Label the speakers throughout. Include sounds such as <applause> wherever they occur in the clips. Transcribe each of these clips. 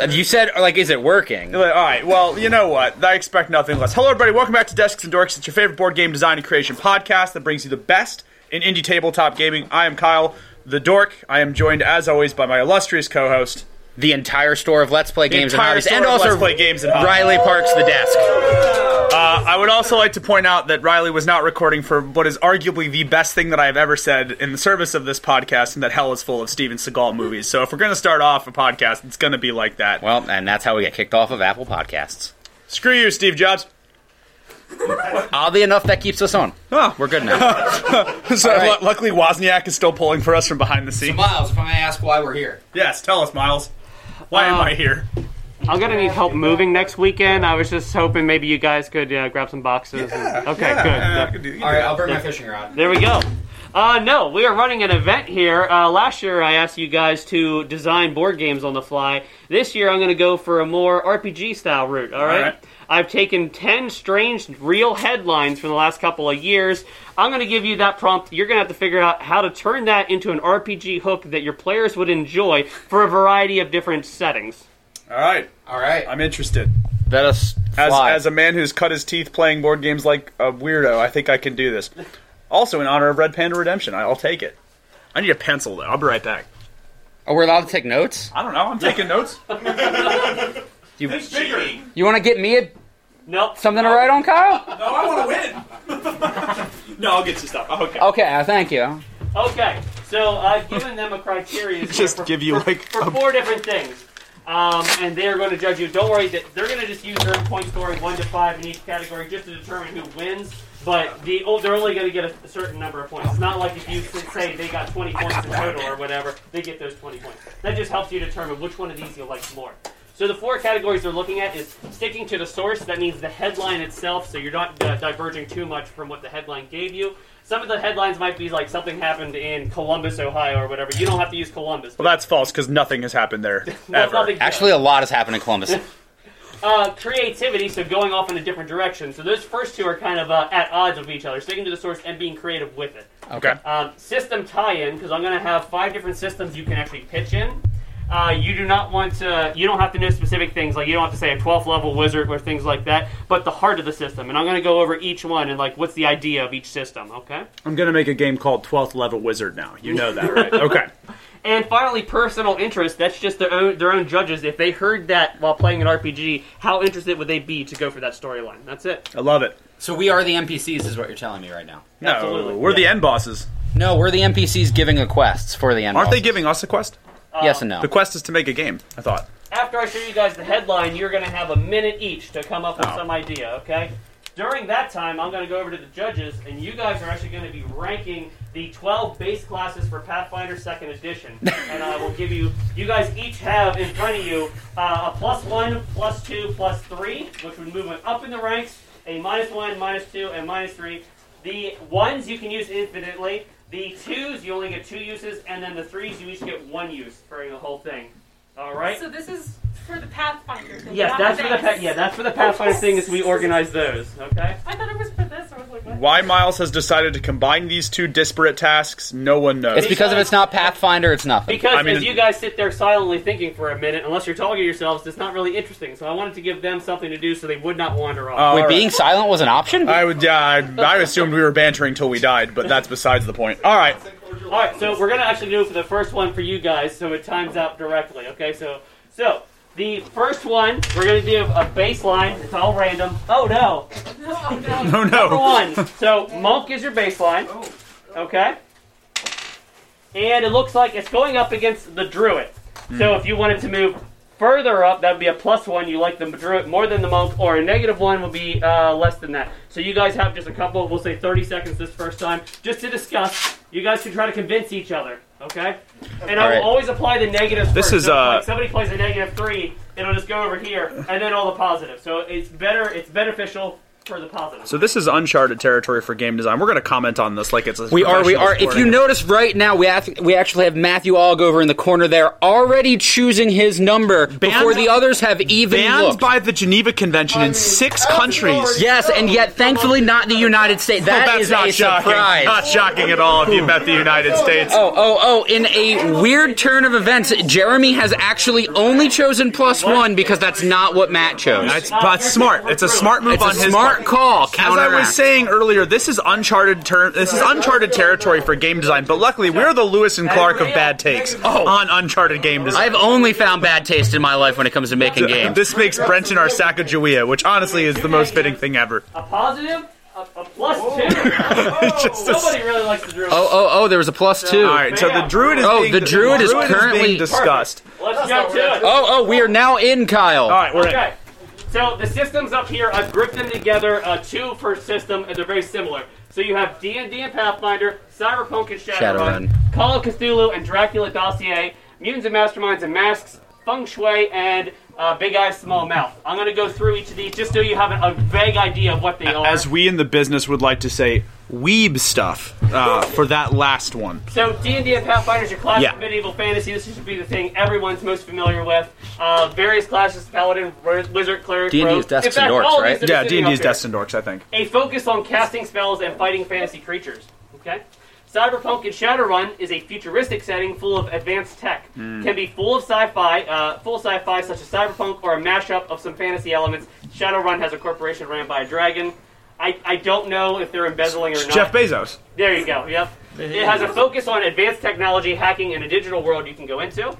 Speaker 1: And You said, like, is it working?
Speaker 2: All right. Well, you know what? I expect nothing less. Hello, everybody. Welcome back to Desks and Dorks. It's your favorite board game design and creation podcast that brings you the best in indie tabletop gaming. I am Kyle, the Dork. I am joined, as always, by my illustrious co-host.
Speaker 1: The entire store of Let's Play Games and
Speaker 2: entire
Speaker 1: Hobbies,
Speaker 2: store
Speaker 1: and
Speaker 2: of
Speaker 1: also
Speaker 2: Let's Play Games and Hobbies.
Speaker 1: Riley Parks the desk.
Speaker 2: Uh, I would also like to point out that Riley was not recording for what is arguably the best thing that I have ever said in the service of this podcast, and that hell is full of Steven Seagal movies. So if we're going to start off a podcast, it's going to be like that.
Speaker 1: Well, and that's how we get kicked off of Apple Podcasts.
Speaker 2: Screw you, Steve Jobs. <laughs>
Speaker 1: Oddly enough, that keeps us on.
Speaker 2: Oh,
Speaker 1: We're good now.
Speaker 2: so
Speaker 1: right.
Speaker 2: lu- luckily Wozniak is still pulling for us from behind the
Speaker 1: <laughs>
Speaker 2: scenes.
Speaker 1: Miles, if I may ask why we're here.
Speaker 2: Yes, tell us, Miles. Why am
Speaker 3: Uh,
Speaker 2: I here?
Speaker 3: I'm gonna need help moving next weekend. I was just hoping maybe you guys could uh, grab some boxes. and- okay,
Speaker 2: Yeah, yeah, I
Speaker 3: good.
Speaker 2: could do- you
Speaker 4: All
Speaker 2: do
Speaker 4: right,
Speaker 2: that.
Speaker 4: I'll bring my fishing rod.
Speaker 3: There we go. Uh, no, we are running an event here. Uh, last year, I asked you guys to design board games on the fly. This year, I'm going to go for a more RPG style route. All
Speaker 2: All
Speaker 3: right?
Speaker 2: right.
Speaker 3: I've taken ten strange real headlines from the last couple of years. I'm going to give you that prompt. You're going to have to figure out how to turn that into an RPG hook that your players would enjoy for a variety of different settings.
Speaker 2: All right,
Speaker 4: All right.
Speaker 2: I'm interested.
Speaker 1: Let us
Speaker 2: As,
Speaker 1: fly.
Speaker 2: as a man who's cut his teeth playing board games like a weirdo, I think I can do this. Also, in honor of Red Panda Redemption, I- I'll take it. I need a pencil, though. I'll be right back.
Speaker 1: oh, we're allowed to take notes?
Speaker 2: I don't know. I'm taking <laughs> notes.
Speaker 1: You, you want to get me a,
Speaker 3: Nope.
Speaker 1: something to write on, Kyle?
Speaker 2: I want to win. <laughs> no, I'll get you stuff. Okay.
Speaker 1: Okay, uh, thank you.
Speaker 3: Okay, so I've given them a
Speaker 2: <laughs>
Speaker 3: criteria. here
Speaker 2: Just
Speaker 3: for,
Speaker 2: give you,
Speaker 3: for-
Speaker 2: like,
Speaker 3: for
Speaker 2: a-
Speaker 3: four different things, um, and they are going to judge you. Don't worry that they're going to just use their own point scoring one to five in each category just to determine who wins. But the oh, they're only going to get a, a certain number of points. It's not like if you s- say they got 20 points in total or whatever, they get those 20 points. That just helps you determine which one of these you like more. So the four categories they're looking at is sticking to the source. That means the headline itself, so you're not uh, diverging too much from what the headline gave you. Some of the headlines might be like something happened in Columbus, Ohio, or whatever. You don't have to use Columbus.
Speaker 2: Well, that's false because nothing has happened <laughs> there ever.
Speaker 3: nothing-
Speaker 1: Actually, a lot has happened in Columbus.
Speaker 3: uh, creativity, so going off in a different direction. So those first two are kind of uh, at odds with each other, sticking to the source and being creative with it.
Speaker 2: Okay.
Speaker 3: Um, system tie-in, because I'm going to have five different systems you can actually pitch in. Uh, you do not want to. You don't have to know specific things like you don't have to say a 12th level wizard or things like that. But the heart of the system, and I'm going to go over each one and like what's the idea of each system. Okay.
Speaker 2: I'm gonna make a game called Twelfth Level Wizard now. You know that, right? <laughs> okay.
Speaker 3: And finally, personal interest. That's just their own their own judges. If they heard that while playing an RPG, how interested would they be to go for that storyline? That's it.
Speaker 2: I love it.
Speaker 1: <laughs> so we are the NPCs, is what you're telling me right now.
Speaker 2: No,
Speaker 3: Absolutely.
Speaker 2: we're the end bosses.
Speaker 1: No, we're the NPCs giving the quests for the end.
Speaker 2: Aren't they
Speaker 1: bosses.
Speaker 2: giving us a quest?
Speaker 1: Yes and no.
Speaker 2: The quest is to make a game. I thought.
Speaker 3: After I show you guys the headline, you're going to have a minute each to come up with
Speaker 2: Oh.
Speaker 3: some idea, okay? During that time, I'm going to go over to the judges, and you guys are actually going to be ranking the 12 base classes for Pathfinder 2nd Edition. and I will give you, you guys each have in front of you uh, a plus one, plus two, plus three, which would move them up in the ranks, a minus one, minus two, and minus three. The ones you can use infinitely, the twos you only get two uses, and then the threes you each get one use during the whole thing. All right?
Speaker 5: So this is for the Pathfinder thing.
Speaker 3: Yes,
Speaker 5: not
Speaker 3: that's for the
Speaker 5: this.
Speaker 3: pa- yeah, that's for the Pathfinder thing. Is we organize those, okay?
Speaker 5: I thought it was for this. I was like, what? <laughs>
Speaker 2: Why Miles has decided to combine these two disparate tasks, no one knows.
Speaker 1: It's because if it's not Pathfinder, it's nothing.
Speaker 3: Because
Speaker 2: I mean-
Speaker 3: as you guys sit there silently thinking for a minute, unless you're talking to yourselves, it's not really interesting. So I wanted to give them something to do so they would not wander off.
Speaker 2: Oh,
Speaker 1: Wait,
Speaker 2: all right.
Speaker 1: being silent was an option?
Speaker 2: I would. Yeah, I, I assumed we were bantering till we died, but that's besides the point. All right.
Speaker 3: All right, so we're gonna actually do the first one for you guys, so it times out directly. Okay, so so the first one we're gonna do a baseline. It's all random. Oh no,
Speaker 5: No, no.
Speaker 2: Oh <laughs>
Speaker 3: number
Speaker 2: no.
Speaker 3: one. So monk is your baseline. Okay. And it looks like it's going up against the druid. So
Speaker 2: Hmm.
Speaker 3: if you wanted to move further up, that would be a plus one. You like the druid more than the monk, or a negative one would be uh, less than that. So you guys have just a couple. We'll say 30 seconds this first time, just to discuss. You guys can try to convince each other. Okay. And I
Speaker 1: All right.
Speaker 3: will always apply the negatives.
Speaker 2: This
Speaker 3: first.
Speaker 2: is,
Speaker 3: So if,
Speaker 2: uh,
Speaker 3: like, somebody plays a negative three, it'll just go over here, and then all the positives. So it's better. It's beneficial for the positive.
Speaker 2: So this is uncharted territory for game design. We're going to comment on this like it's a
Speaker 1: We are, we
Speaker 2: professional
Speaker 1: are. If
Speaker 2: sporting
Speaker 1: you
Speaker 2: event.
Speaker 1: notice right now, we have, we actually have Matthew Ogg over in the corner there, already choosing his number before the others have even
Speaker 2: banned
Speaker 1: looked.
Speaker 2: by the Geneva Convention in six countries.
Speaker 1: yes, and yet thankfully not the United States.
Speaker 2: Well,
Speaker 1: That
Speaker 2: that's
Speaker 1: is
Speaker 2: not
Speaker 1: a
Speaker 2: shocking.
Speaker 1: surprise.
Speaker 2: Not shocking at all if you met the United States.
Speaker 1: Oh, oh, oh, in a weird turn of events, Jeremy has actually only chosen plus one because that's not what Matt chose.
Speaker 2: That's, that's smart. It's a smart move
Speaker 1: It's
Speaker 2: on
Speaker 1: a
Speaker 2: his
Speaker 1: smart
Speaker 2: part.
Speaker 1: call.
Speaker 2: As I was
Speaker 1: counteract.
Speaker 2: saying earlier, this is uncharted ter- this is uncharted territory for game design. But luckily, we're the Lewis and Clark of bad takes
Speaker 3: Oh.
Speaker 2: on uncharted game design.
Speaker 1: I've only found bad taste in my life when it comes to making games.
Speaker 2: This makes Brenton our Sacagawea, which honestly is the most fitting thing ever.
Speaker 3: A positive, a, a plus two.
Speaker 2: Just a s-
Speaker 3: Nobody really likes the druid.
Speaker 1: Oh, oh, oh, there was a plus two.
Speaker 2: All right, so the druid is
Speaker 1: Oh,
Speaker 2: being
Speaker 1: the druid is currently-
Speaker 2: being discussed.
Speaker 3: Let's jump to it.
Speaker 1: Oh, oh, we are now in, Kyle.
Speaker 2: All right, we're in.
Speaker 3: Okay. So the systems up here, I've grouped them together, uh, two per system, and they're very similar. So you have D and D and Pathfinder, Cyberpunk and Shadowrun,
Speaker 1: Shadowrun.
Speaker 3: Call of Cthulhu and Dracula Dossier, Mutants and Masterminds and Masks, Feng Shui and uh, Big Eyes Small Mouth. I'm gonna go through each of these just so you have a, a vague idea of what they are.
Speaker 2: As we in the business would like to say, weeb stuff uh, for that last one.
Speaker 3: So D and D and Pathfinder is your classic
Speaker 2: Yeah.
Speaker 3: medieval fantasy. This should be the thing everyone's most familiar with. Uh, various classes: paladin, wi- wizard, cleric.
Speaker 1: D&D
Speaker 3: rogue.
Speaker 1: is Desks
Speaker 3: In fact,
Speaker 1: and Dorks,
Speaker 3: all of these
Speaker 1: right?
Speaker 3: that are
Speaker 2: Yeah, D
Speaker 3: sitting
Speaker 2: and D is
Speaker 3: up here.
Speaker 2: Destined Orcs, I think.
Speaker 3: a focus on casting spells and fighting fantasy creatures. Okay? Cyberpunk and Shadowrun is a futuristic setting full of advanced tech.
Speaker 2: Hmm.
Speaker 3: Can be full of sci-fi, uh, full sci-fi such as cyberpunk or a mashup of some fantasy elements. Shadowrun has a corporation ran by a dragon. I, I don't know if they're embezzling or not.
Speaker 2: Jeff Bezos.
Speaker 3: There you go. Yep. It has a focus on advanced technology, hacking, and a digital world you can go into.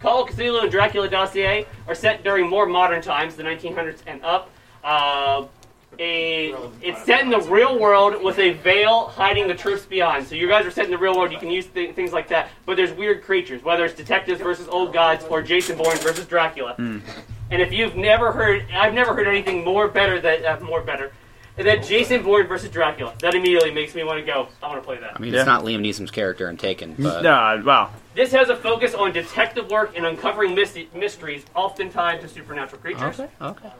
Speaker 3: Call of Cthulhu and Dracula Dossier are set during more modern times, the 1900s and up. Uh, a, it's set in the real world with a veil hiding the truths beyond. So you guys are set in the real world. You can use th- things like that, but there's weird creatures, whether it's detectives versus old gods or Jason Bourne versus Dracula. And if you've never heard, I've never heard anything more better than uh, more better than Jason Bourne versus Dracula. That immediately makes me want to go. I want to play that.
Speaker 1: I mean,
Speaker 2: Yeah.
Speaker 1: it's not Liam Neeson's character in Taken, but
Speaker 2: No, wow.
Speaker 3: This has a focus on detective work and uncovering mys- mysteries, often tied to supernatural creatures.
Speaker 1: okay.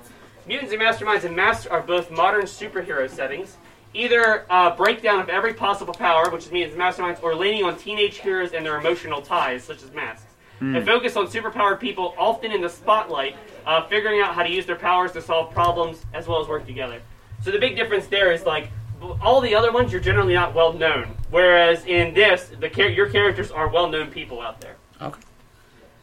Speaker 3: Mutants and Masterminds and Masks are both modern superhero settings. Either uh, breakdown of every possible power, which is mutants and masterminds, or leaning on teenage heroes and their emotional ties, such as masks. And focus on superpowered people, often in the spotlight, uh, figuring out how to use their powers to solve problems as well as work together. So the big difference there is like b- all the other ones, you're generally not well known, whereas in this, the char- your characters are well known people out there.
Speaker 1: Okay.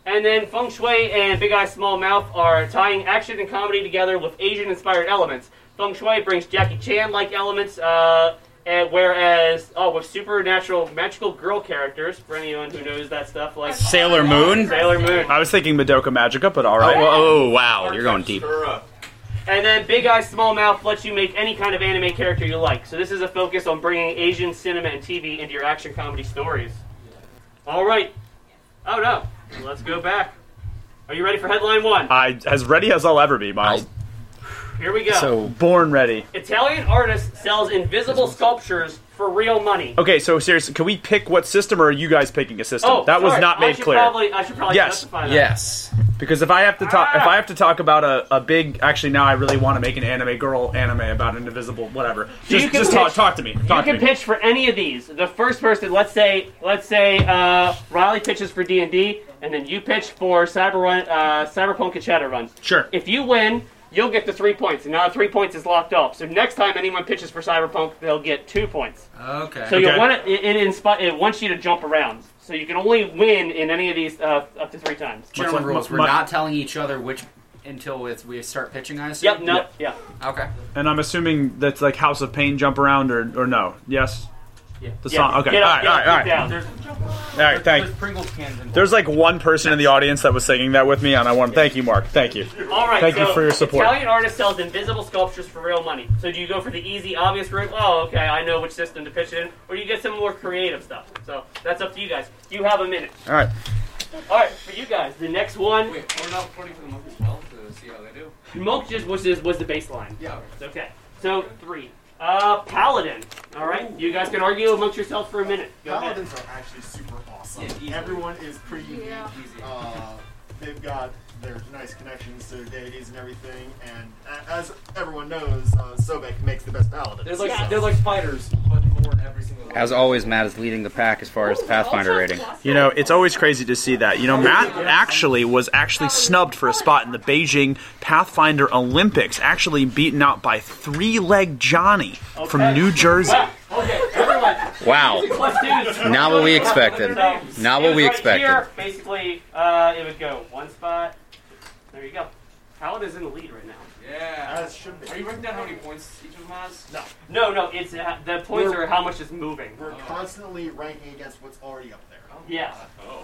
Speaker 3: And then Feng Shui and Big Eye Small Mouth are tying action and comedy together with Asian inspired elements. Feng Shui brings Jackie Chan like elements, uh, and whereas, oh, with supernatural magical girl characters, for anyone who knows that stuff, like
Speaker 1: Sailor Moon?
Speaker 3: Sailor Moon.
Speaker 2: I was thinking Madoka Magica, but all
Speaker 1: Oh,
Speaker 2: right.
Speaker 1: oh, wow, you're going deep.
Speaker 3: And then Big Eye Small Mouth lets you make any kind of anime character you like. So this is a focus on bringing Asian cinema and TV into your action comedy stories. All right. Oh no. Let's go back. Are you ready for headline one?
Speaker 2: I as ready as I'll ever be, Miles.
Speaker 3: Here we go.
Speaker 1: So,
Speaker 2: Born ready.
Speaker 3: Italian artist sells invisible sculptures for real money.
Speaker 2: Okay, so seriously, can we pick what system, or are you guys picking a system?
Speaker 3: Oh,
Speaker 2: that was
Speaker 3: sorry,
Speaker 2: not
Speaker 3: I
Speaker 2: made
Speaker 3: should
Speaker 2: clear.
Speaker 3: Probably, I should probably
Speaker 2: Yes.
Speaker 3: justify that.
Speaker 1: yes.
Speaker 2: Because if I have to talk, if
Speaker 3: Ah!
Speaker 2: I have to talk about a, a big, actually now I really want to make an anime girl anime about an invisible whatever.
Speaker 3: You
Speaker 2: Just,
Speaker 3: can
Speaker 2: just talk,
Speaker 3: pitch-
Speaker 2: talk to me.
Speaker 3: You
Speaker 2: Talk to
Speaker 3: can
Speaker 2: me.
Speaker 3: pitch for any of these. The first person, let's say, let's say uh, Riley pitches for D and D, and then you pitch for Cyberrun, uh, Cyberpunk and Shadowrun.
Speaker 2: Sure.
Speaker 3: If you win, you'll get the three points, and now the three points is locked off. So next time anyone pitches for Cyberpunk, they'll get two points.
Speaker 1: Okay.
Speaker 3: So you
Speaker 2: Okay.
Speaker 3: want it, it, inspi- it wants you to jump around. So you can only win in any of these uh, up to three times.
Speaker 4: General
Speaker 2: Much-
Speaker 4: rules. We're
Speaker 2: much-
Speaker 4: not telling each other which until it's, we start pitching. I assume.
Speaker 3: Yep. No. Yeah.
Speaker 4: Okay.
Speaker 2: And I'm assuming that's like House of Pain, Jump Around, or or no? Yes.
Speaker 3: Yeah.
Speaker 2: The song. Okay.
Speaker 3: Get
Speaker 2: all right.
Speaker 3: up, get up,
Speaker 2: all right.
Speaker 3: get
Speaker 2: All right.
Speaker 3: down. There's-
Speaker 2: All right. Thanks.
Speaker 6: Pringles cans in
Speaker 2: There's like one person in the audience that was singing that with me, and I want to thank you, Mark. Thank you.
Speaker 3: All right.
Speaker 2: Thank you
Speaker 3: so
Speaker 2: for your support.
Speaker 3: Italian artist sells invisible sculptures for real money. So do you go for the easy, obvious route? Oh, okay, I know which system to pitch it in, or you get some more creative stuff. So that's up to you guys. You have a minute.
Speaker 2: All right.
Speaker 3: All right, for you guys, the next one,
Speaker 4: Wait, we're not putting for the month as well to see how they do.
Speaker 3: Mulch just was was the baseline.
Speaker 4: Yeah.
Speaker 3: Okay. So three. Uh, Paladin. All right, you guys can argue amongst yourselves for a minute. Go ahead.
Speaker 7: Paladins are actually super awesome.
Speaker 4: Yeah, easily.
Speaker 7: Everyone is pretty unique.
Speaker 5: Yeah.
Speaker 4: Easy.
Speaker 7: Uh, they've got
Speaker 6: their nice connections to deities and everything. And a- as everyone knows, uh, Sobek makes the best paladin.
Speaker 7: They're like
Speaker 5: Yes.
Speaker 7: they're like spiders, but more in every single. way.
Speaker 1: As always, Matt is leading the pack as far as Pathfinder rating.
Speaker 2: You know, it's always crazy to see that. You know, Matt actually was actually snubbed for a spot in the Beijing Pathfinder Olympics, actually beaten out by three leg Johnny from New Jersey.
Speaker 3: Okay, everyone,
Speaker 1: Wow.
Speaker 3: let's do this.
Speaker 1: Not what we expected. Not what
Speaker 3: it was
Speaker 1: we
Speaker 3: right
Speaker 1: expected.
Speaker 3: Here, basically, uh, it would go one spot. There you go. Paladin's in the lead right now.
Speaker 7: Yeah.
Speaker 6: As should be.
Speaker 7: Are you writing down how many points each of them has? No.
Speaker 3: No, no, it's uh, the points are how much is moving.
Speaker 6: We're constantly ranking against what's already up there.
Speaker 3: Yeah.
Speaker 7: Oh.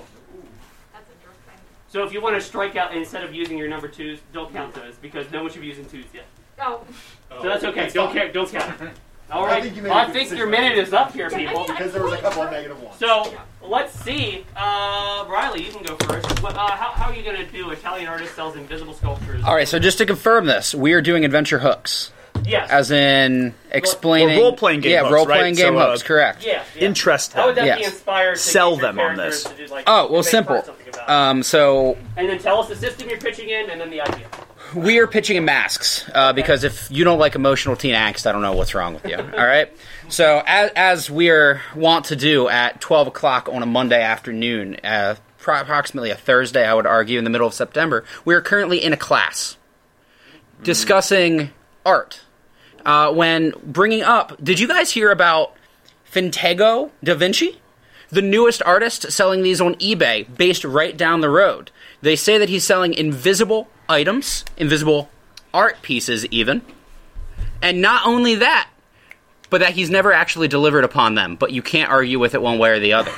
Speaker 5: That's a jerk thing.
Speaker 3: So if you want to strike out instead of using your number twos, don't count those because no one should be using twos yet.
Speaker 5: Oh, <laughs>
Speaker 3: So that's okay. Don't care. Don't count. it. All
Speaker 6: I
Speaker 3: right.
Speaker 6: think you made a
Speaker 3: I
Speaker 6: good
Speaker 3: think your
Speaker 6: decision.
Speaker 3: minute is up here,
Speaker 5: Yeah, I
Speaker 3: people.
Speaker 5: mean, I-
Speaker 6: Because there was a couple of negative ones.
Speaker 3: So let's see. Uh, Riley, you can go first. What, uh, how, how are you gonna do? Italian artist sells invisible sculptures.
Speaker 1: All right, so just to confirm this, we are doing adventure hooks,
Speaker 3: Yes.
Speaker 1: as in explaining
Speaker 2: role-playing game
Speaker 1: Yeah,
Speaker 2: hooks,
Speaker 1: role-playing
Speaker 2: right?
Speaker 1: game
Speaker 2: So, uh,
Speaker 1: hooks, correct.
Speaker 3: yeah. yeah.
Speaker 2: Interest
Speaker 3: How would
Speaker 2: them.
Speaker 3: that be
Speaker 1: Yes.
Speaker 3: inspired? To
Speaker 2: Sell
Speaker 3: get your
Speaker 2: them on
Speaker 3: characters
Speaker 2: this.
Speaker 3: to do, like,
Speaker 1: Oh, well,
Speaker 3: make
Speaker 1: simple.
Speaker 3: something about it?
Speaker 1: Um, so
Speaker 3: and then tell us the system you're pitching in, and then the idea.
Speaker 1: we are pitching in masks uh, because if you don't like emotional teen angst, I don't know what's wrong with you. All right. So as, as we are want to do at twelve o'clock on a Monday afternoon, uh, pro- approximately a Thursday, I would argue, in the middle of September, we are currently in a class discussing art. Uh, when bringing up, did you guys hear about Fintego Da Vinci? the newest artist selling these on eBay, based right down the road. They say that he's selling invisible items, invisible art pieces, even. And not only that, but that he's never actually delivered upon them, but you can't argue with it one way or the other.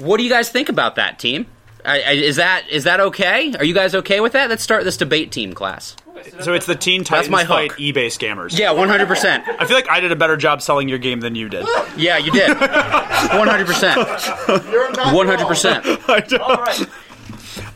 Speaker 1: what do you guys think about that, team? I, I, is that is that okay? Are you guys okay with that? Let's start this debate team class.
Speaker 2: So it's the Teen Titans
Speaker 1: my
Speaker 2: fight
Speaker 1: hook.
Speaker 2: eBay scammers.
Speaker 1: Yeah, one hundred percent.
Speaker 2: I feel like I did a better job selling your game than you did.
Speaker 1: Yeah, you <laughs> did. One hundred percent.
Speaker 6: You're not
Speaker 1: One hundred percent.
Speaker 2: <laughs>
Speaker 3: All right.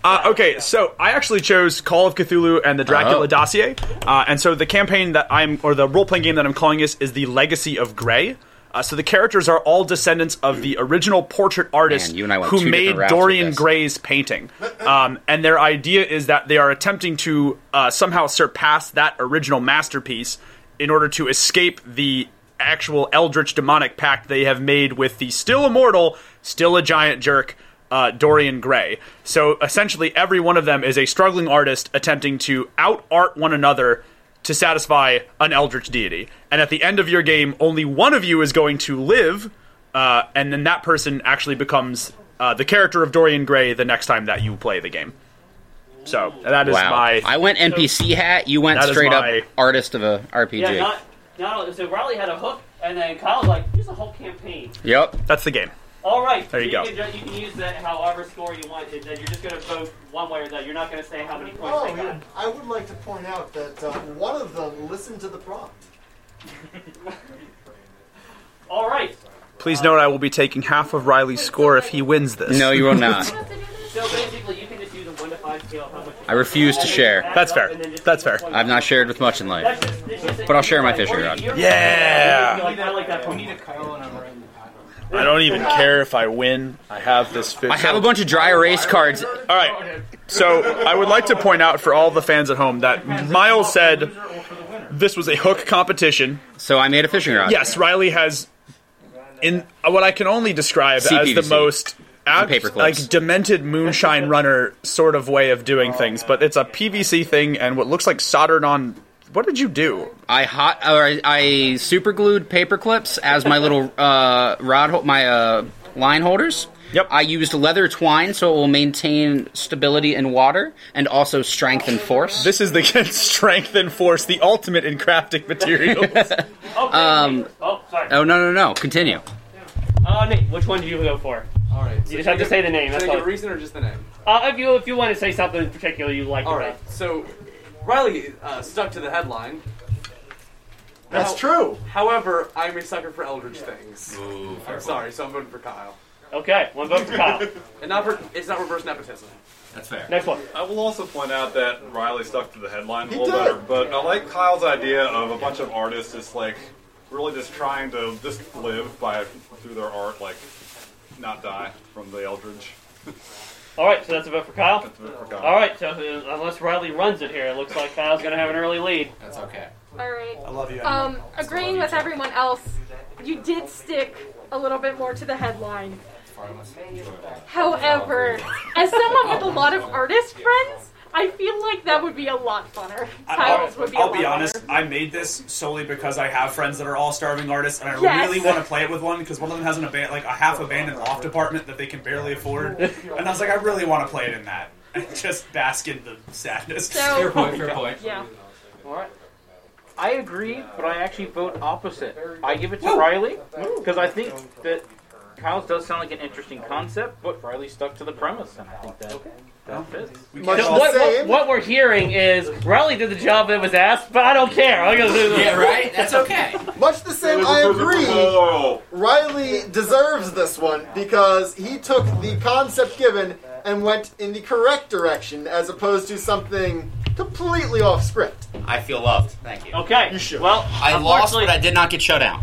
Speaker 2: Uh, okay, so I actually chose Call of Cthulhu and the Dracula
Speaker 1: Oh.
Speaker 2: dossier, uh, and so the campaign that I'm or the role playing game that I'm calling this is the Legacy of Grey. Uh, so the characters are all descendants of the original portrait artist
Speaker 1: Man, you and I went two
Speaker 2: who
Speaker 1: different
Speaker 2: made
Speaker 1: routes with
Speaker 2: Dorian
Speaker 1: this.
Speaker 2: Gray's painting, um, and their idea is that they are attempting to uh, somehow surpass that original masterpiece in order to escape the actual eldritch demonic pact they have made with the still immortal, still a giant jerk uh, Dorian Gray. So essentially, every one of them is a struggling artist attempting to out art one another to satisfy an eldritch deity. And at the end of your game, only one of you is going to live, uh, and then that person actually becomes uh, the character of Dorian Gray the next time that you play the game. So that is
Speaker 1: Wow.
Speaker 2: my.
Speaker 1: I went NPC hat. You went
Speaker 2: That is
Speaker 1: straight
Speaker 2: my-
Speaker 1: up artist of a RPG.
Speaker 3: Yeah. Not. Not. So Riley had a hook, and then Kyle's like, "Here's a whole campaign."
Speaker 1: yep.
Speaker 2: that's the game.
Speaker 3: All right.
Speaker 2: There you go.
Speaker 3: Can, ju- you can use that however score you want. And then you're just going to vote one way or the other. You're not going to say how many points
Speaker 6: Oh,
Speaker 3: they got.
Speaker 6: yeah. I would like to point out that uh, one of them listened to the prompt.
Speaker 3: All right.
Speaker 2: Please note, I will be taking half of Riley's score if he wins this.
Speaker 1: No, you will not.
Speaker 5: you have to do this?
Speaker 3: So basically, you can just use a one to five scale. How much?
Speaker 1: I refuse to share.
Speaker 2: That's fair. That's fair.
Speaker 1: I've not shared with much in life. But I'll share my fishing rod.
Speaker 2: Yeah.
Speaker 3: I like that
Speaker 7: We
Speaker 3: one.
Speaker 7: need a Kyle and I'm writing the pattern.
Speaker 2: <laughs> I don't even care if I win. I have this.
Speaker 1: I have a bunch of dry erase cards.
Speaker 2: All right. So I would like to point out for all the fans at home that Miles said this was a hook competition.
Speaker 1: So I made a fishing rod.
Speaker 2: Yes, Riley has in what I can only describe as
Speaker 1: CPVC.
Speaker 2: the most ab-
Speaker 1: paperclips.
Speaker 2: like demented moonshine runner sort of way of doing things, but it's a PVC thing and what looks like soldered on. What did you do?
Speaker 1: I hot or I, I super glued paper clips as my little <laughs> uh, rod hol- my uh, line holders.
Speaker 2: Yep.
Speaker 1: I used leather twine so it will maintain stability in water and also strength and force.
Speaker 2: This is the <laughs> strength and force, the ultimate in crafting materials.
Speaker 3: Okay. Um, oh, sorry.
Speaker 1: oh no no no! Continue.
Speaker 3: Uh, Nate, which one do you go for?
Speaker 7: All right. So
Speaker 3: You just have to say the name. That's
Speaker 7: Should I give a
Speaker 3: all.
Speaker 7: reason or just the name?
Speaker 3: Uh, if you if you want to say something in particular you like
Speaker 7: All
Speaker 3: about.
Speaker 7: right. So Riley uh, stuck to the headline.
Speaker 6: That's
Speaker 7: Now-
Speaker 6: true.
Speaker 7: However, I'm a sucker for Eldritch things. I'm sorry, so I'm voting for Kyle.
Speaker 3: Okay. One vote for <laughs> Kyle.
Speaker 7: And not for, it's not reverse nepotism.
Speaker 8: That's fair.
Speaker 3: Next one.
Speaker 9: I will also point out that Riley stuck to the headline a
Speaker 6: He
Speaker 9: little
Speaker 6: did.
Speaker 9: better, but I like Kyle's idea of a bunch of artists just like really just trying to just live by through their art, like not die from the Eldridge.
Speaker 3: All right, so that's a vote for Kyle.
Speaker 9: That's a bit for God.
Speaker 3: All right, so uh, unless Riley runs it here, it looks like Kyle's going to have an early lead.
Speaker 4: That's okay.
Speaker 5: All right.
Speaker 8: I love you.
Speaker 5: Um, agreeing with everyone else, you did stick a little bit more to the headline. However, as someone with a lot of artist friends, I feel like that would be a lot funner. Kyle's would be a
Speaker 8: I'll
Speaker 5: lot
Speaker 8: be honest.
Speaker 5: funner.
Speaker 8: I made this solely because I have friends that are all starving artists, and I
Speaker 5: Yes.
Speaker 8: really want to play it with one because one of them has an aban- like a half abandoned loft apartment that they can barely
Speaker 5: <laughs>
Speaker 8: afford, and I was like, I really want to play it in that. And just bask in the sadness.
Speaker 4: Fair
Speaker 5: So,
Speaker 4: point. Fair point.
Speaker 5: yeah.
Speaker 3: All right. I agree, but I actually vote opposite. I give it to Riley because I think that Kyle's does sound like an interesting concept, but Riley stuck to the premise, and I think that that fits.
Speaker 8: We
Speaker 6: Much
Speaker 8: can't
Speaker 3: So
Speaker 8: all-
Speaker 3: what, what,
Speaker 6: saying.
Speaker 3: what we're hearing is Riley did the job that was asked, but I don't care. I'm gonna do this.
Speaker 4: Yeah, right. That's okay.
Speaker 6: Much the same, I agree. Riley deserves this one because he took the concept given and went in the correct direction as opposed to something completely off script.
Speaker 1: I feel loved. Thank
Speaker 2: Oh,
Speaker 1: you.
Speaker 3: Okay.
Speaker 6: You should.
Speaker 3: Well,
Speaker 1: I lost,
Speaker 3: unfortunately,
Speaker 1: but I did not get shut out.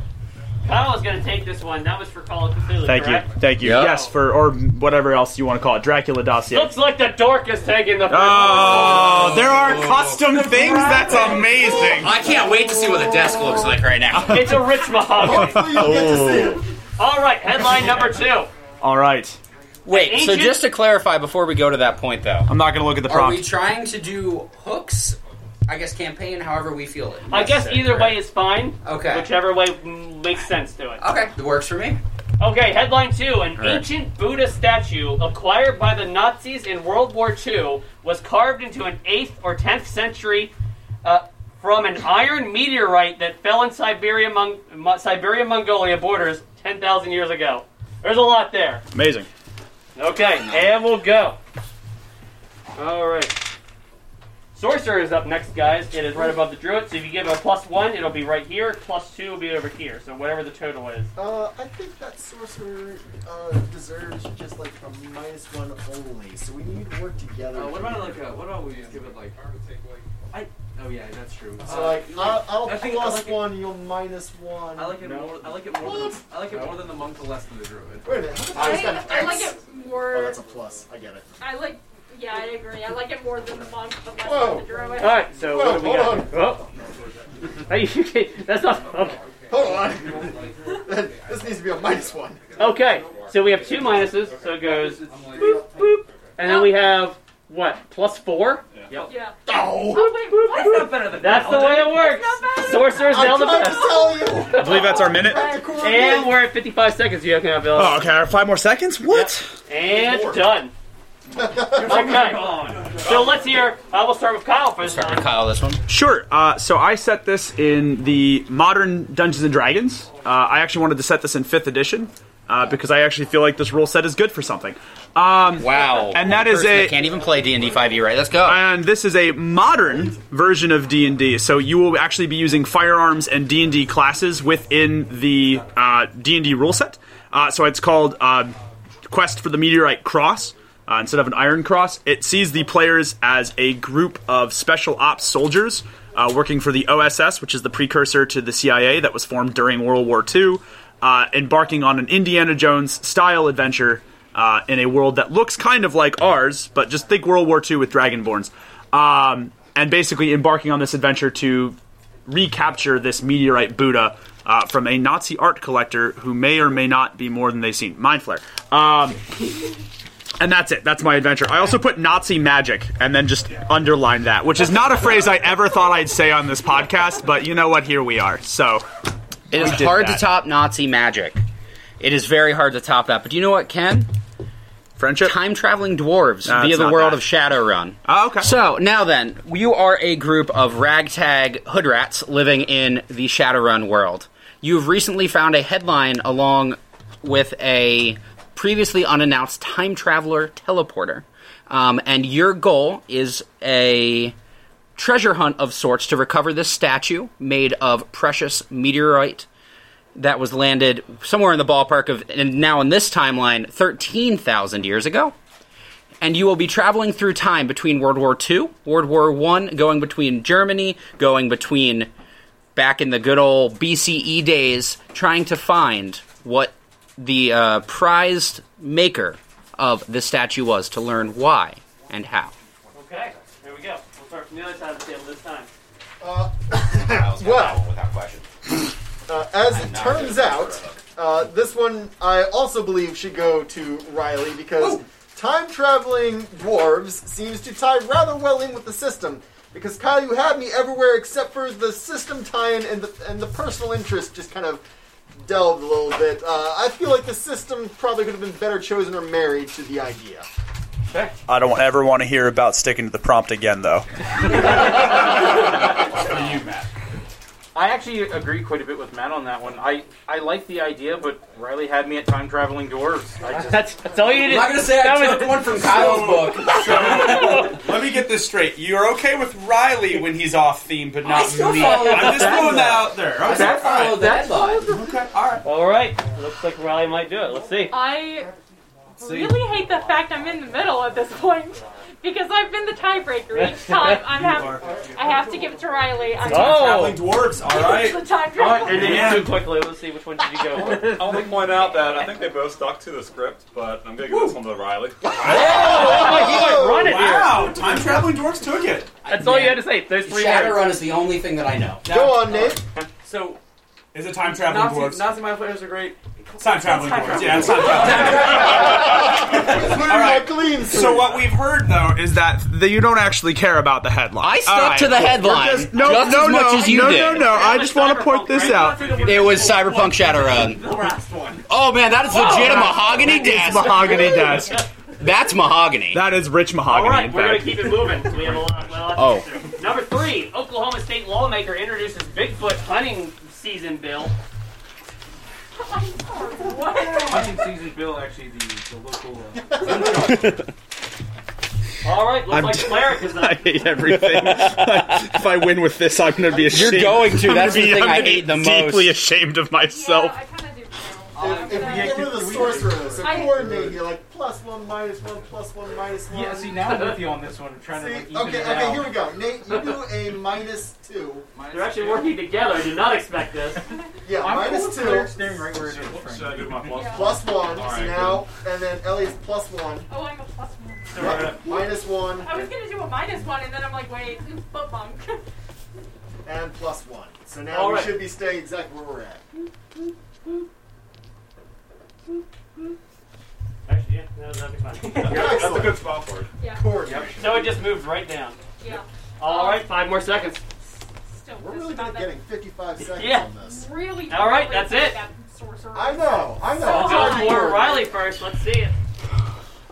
Speaker 3: Kyle is gonna take this one. That was for Call of Cthulhu.
Speaker 2: Thank you.
Speaker 3: correct?
Speaker 2: Thank you.
Speaker 1: Yeah.
Speaker 2: Yes, for or whatever else you want to call it, Dracula dossier.
Speaker 8: Oh,
Speaker 3: Looks like the dork is taking the.
Speaker 2: Oh, there are custom things. That's amazing.
Speaker 1: I can't wait to see what the desk looks like right now.
Speaker 3: It's a rich mahogany.
Speaker 6: Hopefully you'll get to see it.
Speaker 3: All right, headline number two.
Speaker 2: All right,
Speaker 1: Wait, so
Speaker 3: Ancient-
Speaker 1: just to clarify before we go to that point, though,
Speaker 2: I'm not gonna look at the
Speaker 4: Are we
Speaker 2: prompt.
Speaker 4: trying to do hooks? I guess campaign, however we feel it.
Speaker 3: I guess either way is fine.
Speaker 4: Okay.
Speaker 3: Whichever way mm, makes sense to it.
Speaker 4: Okay, it works for me.
Speaker 3: Okay, headline two. An
Speaker 1: Alright.
Speaker 3: ancient Buddha statue acquired by the Nazis in World War II was carved into an 8th or 10th century uh, from an iron meteorite that fell in Siberia, Mon- Mo- Siberia Mongolia borders 10,000 years ago. There's a lot there.
Speaker 2: Amazing.
Speaker 3: Okay, and we'll go. All right. Sorcerer is up next, guys. It is right above the druid, so if you give it a plus one, it'll be right here. Plus two will be over here. So whatever the total is.
Speaker 6: Uh, I think that sorcerer uh, deserves just like a minus one only, so we need to work together.
Speaker 7: Uh, what about like a, what about we just give it like? I oh yeah, that's true.
Speaker 6: so like I'll, I'll
Speaker 7: I think I
Speaker 6: plus
Speaker 7: uh, like it-
Speaker 6: one, you'll minus one.
Speaker 7: I like it more. I like it more. Than, I like it more than the monk, the less than the druid.
Speaker 6: Wait a minute. how about-
Speaker 5: I, I like it
Speaker 6: Oh,
Speaker 5: more.
Speaker 6: that's a plus. I get it.
Speaker 5: I like. Yeah, I agree. I like it more than the monk, but less
Speaker 6: Whoa.
Speaker 5: than the druid.
Speaker 3: All right, so
Speaker 6: Whoa,
Speaker 3: what do we
Speaker 6: hold
Speaker 3: got? Oh. <laughs> Hey, you can't- That's not okay.
Speaker 6: Hold on. <laughs> this needs to be a minus one.
Speaker 3: Okay, so we have two minuses, so it goes boop boop, and then we have what plus four?
Speaker 5: Yeah.
Speaker 6: Oh!
Speaker 5: Oh wait, what?
Speaker 7: Not better than
Speaker 3: That's the
Speaker 7: Paladin.
Speaker 3: way it works. Sorcerer's
Speaker 6: I'm
Speaker 3: now the
Speaker 6: trying
Speaker 3: best.
Speaker 6: to tell you.
Speaker 2: I believe that's our minute.
Speaker 3: And we're at 55 seconds. You okay, Bill?
Speaker 2: Oh, okay. Five more seconds. What?
Speaker 3: And
Speaker 10: <laughs>
Speaker 3: done. okay. So let's hear. I will start with Kyle for this
Speaker 1: start with
Speaker 3: time.
Speaker 1: Kyle this one.
Speaker 2: Sure. Uh, so I set this in the modern Dungeons and Dragons. Uh, I actually wanted to set this in fifth edition uh, because I actually feel like this rule set is good for something.
Speaker 1: Wow,
Speaker 2: And that is
Speaker 1: Person
Speaker 2: a-
Speaker 1: that can't even play D and D five E right. Let's go.
Speaker 2: and this is a modern version of d&d so you will actually be using firearms and d&d classes within the uh, d&d rule set uh, so it's called uh, quest for the meteorite cross uh, instead of an iron cross it sees the players as a group of special ops soldiers uh, working for the oss which is the precursor to the cia that was formed during world war ii uh, embarking on an indiana jones style adventure uh, in a world that looks kind of like ours, but just think World War II with Dragonborns. Um, and basically embarking on this adventure to recapture this meteorite Buddha uh, from a Nazi art collector who may or may not be more than they seem. Mind flare. Um, and that's it. That's my adventure. I also put Nazi magic and then just underlined that, which is not a phrase I ever thought I'd say on this podcast, but you know what? Here we are. So,
Speaker 1: It is
Speaker 2: did
Speaker 1: hard
Speaker 2: that.
Speaker 1: to top Nazi magic. It is very hard to top that. But do you know what, Ken?
Speaker 2: friendship.
Speaker 1: Time traveling dwarves
Speaker 2: No,
Speaker 1: via
Speaker 2: it's
Speaker 1: the
Speaker 2: not
Speaker 1: world
Speaker 2: that.
Speaker 1: of Shadowrun.
Speaker 2: Oh, okay.
Speaker 1: So now then, you are a group of ragtag hoodrats living in the Shadowrun world. You've recently found a headline along with a previously unannounced time traveler teleporter, um, and your goal is a treasure hunt of sorts to recover this statue made of precious meteorite that was landed somewhere in the ballpark of, and now in this timeline, 13,000 years ago. And you will be traveling through time between World War II, World War I, going between Germany, going between back in the good old E BCE days, trying to find what the uh, prized maker of this statue was to learn why and how.
Speaker 3: Okay, here we go. We'll start from the other side of the table this time.
Speaker 11: I was
Speaker 6: Well.
Speaker 11: well, that one without question.
Speaker 6: Uh, as it turns out, uh, this one I also believe should go to Riley because time traveling dwarves seems to tie rather well in with the system. Because Kyle, you have me everywhere except for the system tie-in and the and the personal interest just kind of delved a little bit. Uh, I feel like the system probably could have been better chosen or married to the idea.
Speaker 2: I don't ever want to hear about sticking to the prompt again, though.
Speaker 10: I actually agree quite a bit with Matt on that one. I, I like the idea, but Riley had me at time traveling dwarves. I just,
Speaker 3: That's that's all you
Speaker 10: I'm
Speaker 3: did.
Speaker 10: not gonna say I
Speaker 3: that was-
Speaker 10: took one from Kyle's book.
Speaker 8: Let me get this straight. You're okay with Riley when he's off theme, but not
Speaker 10: still
Speaker 8: me.
Speaker 10: follow
Speaker 8: I'm just
Speaker 10: that
Speaker 8: throwing that
Speaker 10: line.
Speaker 8: out there.
Speaker 10: I
Speaker 8: Okay,
Speaker 10: still follow
Speaker 8: fine.
Speaker 10: that line.
Speaker 8: Okay, all right.
Speaker 3: All right, looks like Riley might do it. Let's see.
Speaker 5: I
Speaker 10: See?
Speaker 5: really hate the fact I'm in the middle at this point because I've been the tiebreaker each time. I'm have, I have to give it to Riley. I'm
Speaker 3: Oh,
Speaker 8: Traveling dwarves. All
Speaker 5: it's
Speaker 8: right.
Speaker 5: <laughs> the time
Speaker 3: all right, and
Speaker 5: traveling.
Speaker 3: then
Speaker 8: Yeah.
Speaker 3: you too quickly. Let's see which one did you go with.
Speaker 9: I'll only point out that I think they both stuck to the script, but I'm gonna give this one to Riley.
Speaker 3: <laughs> Oh, run it here.
Speaker 8: Wow, time traveling dwarves took it.
Speaker 3: That's all you had to say. Those three words.
Speaker 11: Shadowrun is the only thing that I know.
Speaker 6: Go on, Nate.
Speaker 7: So
Speaker 8: Is it time traveling
Speaker 7: Nazi,
Speaker 8: dwarves?
Speaker 7: Nazi mind players are great.
Speaker 8: Time traveling
Speaker 7: Time
Speaker 8: dwarves.
Speaker 7: traveling.
Speaker 8: Yeah, it's time traveling.
Speaker 6: All
Speaker 8: right.
Speaker 6: clean
Speaker 8: So what we've heard though is that that you don't actually care about the headline.
Speaker 1: I stuck
Speaker 8: All right.
Speaker 1: to the headline
Speaker 8: We're just- no,
Speaker 1: just
Speaker 8: no,
Speaker 1: as
Speaker 8: no,
Speaker 1: much as you
Speaker 8: no,
Speaker 1: did.
Speaker 8: no, no. I just want to point this out.
Speaker 1: It was Cyberpunk Shadowrun.
Speaker 7: The last one.
Speaker 1: Oh man, that is legit a mahogany
Speaker 8: It's
Speaker 1: desk.
Speaker 8: mahogany desk.
Speaker 1: That's mahogany.
Speaker 8: That is rich
Speaker 3: All
Speaker 8: mahogany.
Speaker 3: right,
Speaker 8: in
Speaker 3: we're gonna
Speaker 8: fact. <laughs>
Speaker 3: keep it moving. We have a lot. Well,
Speaker 1: Oh.
Speaker 3: Number three, Oklahoma state lawmaker introduces Bigfoot hunting season bill.
Speaker 10: Hunting season bill, actually, the, the local. Uh,
Speaker 3: All right, looks
Speaker 2: I'm
Speaker 3: like
Speaker 2: t-
Speaker 3: Cleric <laughs> is
Speaker 2: I
Speaker 3: up.
Speaker 8: <laughs>
Speaker 2: hate everything. if I win with this, I'm going to be ashamed.
Speaker 1: going to.
Speaker 2: I'm
Speaker 1: That's
Speaker 2: <laughs> gonna
Speaker 1: the
Speaker 2: be-
Speaker 1: thing
Speaker 2: I'm
Speaker 1: I
Speaker 2: gonna be
Speaker 1: hate the
Speaker 2: Deeply
Speaker 1: most.
Speaker 2: ashamed of
Speaker 5: Yeah,
Speaker 2: myself.
Speaker 5: I kind of do.
Speaker 6: Um, If, if we get rid of the sorceress and coordinate, you're like plus one, minus one, plus one, minus one.
Speaker 4: Yeah, see, now I'm with you on this one. I'm trying to like,
Speaker 6: See,
Speaker 4: even
Speaker 6: okay,
Speaker 4: it
Speaker 6: okay,
Speaker 4: out.
Speaker 6: here we go. Nate, you do a minus two.
Speaker 3: They're actually working together. I did not expect this.
Speaker 6: Yeah,
Speaker 4: I'm
Speaker 6: minus
Speaker 4: cool with
Speaker 6: two.
Speaker 4: Claire staring right where it is.
Speaker 9: Should
Speaker 4: frankly.
Speaker 9: I do my plus?
Speaker 5: Yeah.
Speaker 6: Plus one,
Speaker 9: All
Speaker 6: so
Speaker 9: right,
Speaker 6: now, and then Ellie's plus one,
Speaker 5: Oh, I'm a plus one.
Speaker 6: minus one,
Speaker 5: I was gonna do a minus one, and then I'm like, wait, oops, butt bump. <laughs>
Speaker 6: and plus one. So now
Speaker 3: All
Speaker 6: we
Speaker 3: right.
Speaker 6: should be staying exactly where we're at.
Speaker 3: Actually, yeah, no, that'd be fine. <laughs>
Speaker 9: That's a good spot for it.
Speaker 5: yeah,
Speaker 6: Coordinate.
Speaker 3: so it just moved right down.
Speaker 5: yeah.
Speaker 3: All right, five more seconds.
Speaker 5: Still,
Speaker 6: We're
Speaker 5: pissed
Speaker 6: really good
Speaker 5: about
Speaker 6: at
Speaker 5: that.
Speaker 6: getting 55 seconds
Speaker 3: Yeah.
Speaker 6: on this.
Speaker 5: Really.
Speaker 3: All right,
Speaker 5: really
Speaker 3: that's
Speaker 5: good
Speaker 3: it.
Speaker 5: at that sorcerer.
Speaker 6: I know, I know.
Speaker 5: So hard.
Speaker 6: it's
Speaker 3: John
Speaker 6: hard
Speaker 3: Moore
Speaker 6: work.
Speaker 3: Riley first. Let's see it.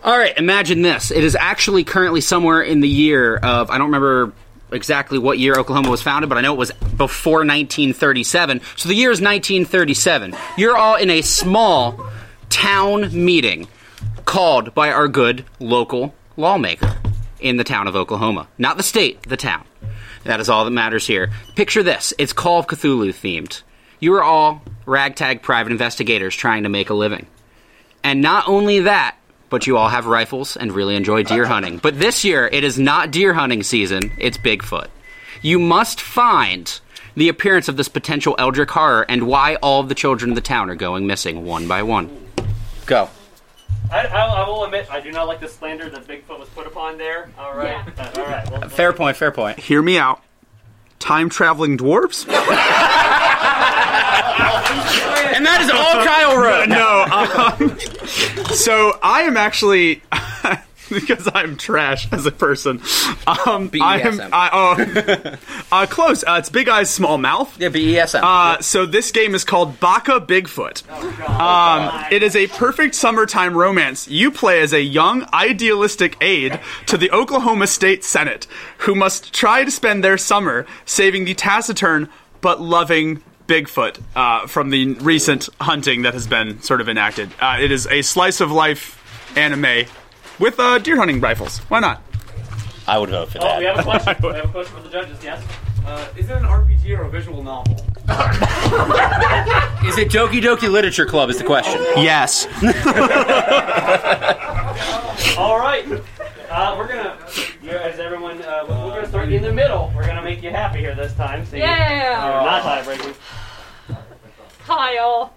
Speaker 1: All right, imagine this. It is actually currently somewhere in the year of I don't remember exactly what year Oklahoma was founded, but I know it was before 1937. So the year is 1937. You're all in a small town meeting called by our good local lawmaker in the town of Oklahoma. Not the state, the town. That is all that matters here. Picture this it's Call of Cthulhu themed. You are all ragtag private investigators trying to make a living. And not only that, but you all have rifles and really enjoy <laughs> deer hunting. But this year, it is not deer hunting season, it's Bigfoot. You must find the appearance of this potential Eldritch horror and why all of the children of the town are going missing one by one. Go.
Speaker 3: I, I, I will admit, I do not like the slander that Bigfoot was put upon there. All right.
Speaker 5: Yeah.
Speaker 3: But, all right. <laughs> Well,
Speaker 1: Fair point, fair point.
Speaker 2: Hear me out. Time traveling dwarves?
Speaker 1: <laughs> And that is all Kyle wrote.
Speaker 2: <laughs> no. Um, so I am actually <laughs> because I'm trash as a person. Um, I am.
Speaker 1: BESM.
Speaker 2: I, oh, <laughs> uh, close. Uh, it's big eyes, small mouth.
Speaker 1: Yeah, E BESM.
Speaker 2: Uh, so this game is called Baka Bigfoot. Um, it is a perfect summertime romance. You play as a young, idealistic aide to the Oklahoma State Senate, who must try to spend their summer saving the taciturn but loving Bigfoot uh, from the recent hunting that has been sort of enacted. Uh, it is a slice of life anime with uh, deer hunting rifles. Why not?
Speaker 1: I would vote for
Speaker 3: oh, we have a <laughs> question. we have a question for the judges. Yes.
Speaker 7: Uh, is it an RPG or a visual novel?
Speaker 1: Is it Doki Doki Literature Club? Is the question.
Speaker 2: Yes.
Speaker 3: All right. Uh, we're gonna, you as everyone, uh, we're gonna start in the middle. We're gonna make you happy here this time. See?
Speaker 5: Yeah.
Speaker 3: You're not tiebreaking.
Speaker 5: Kyle.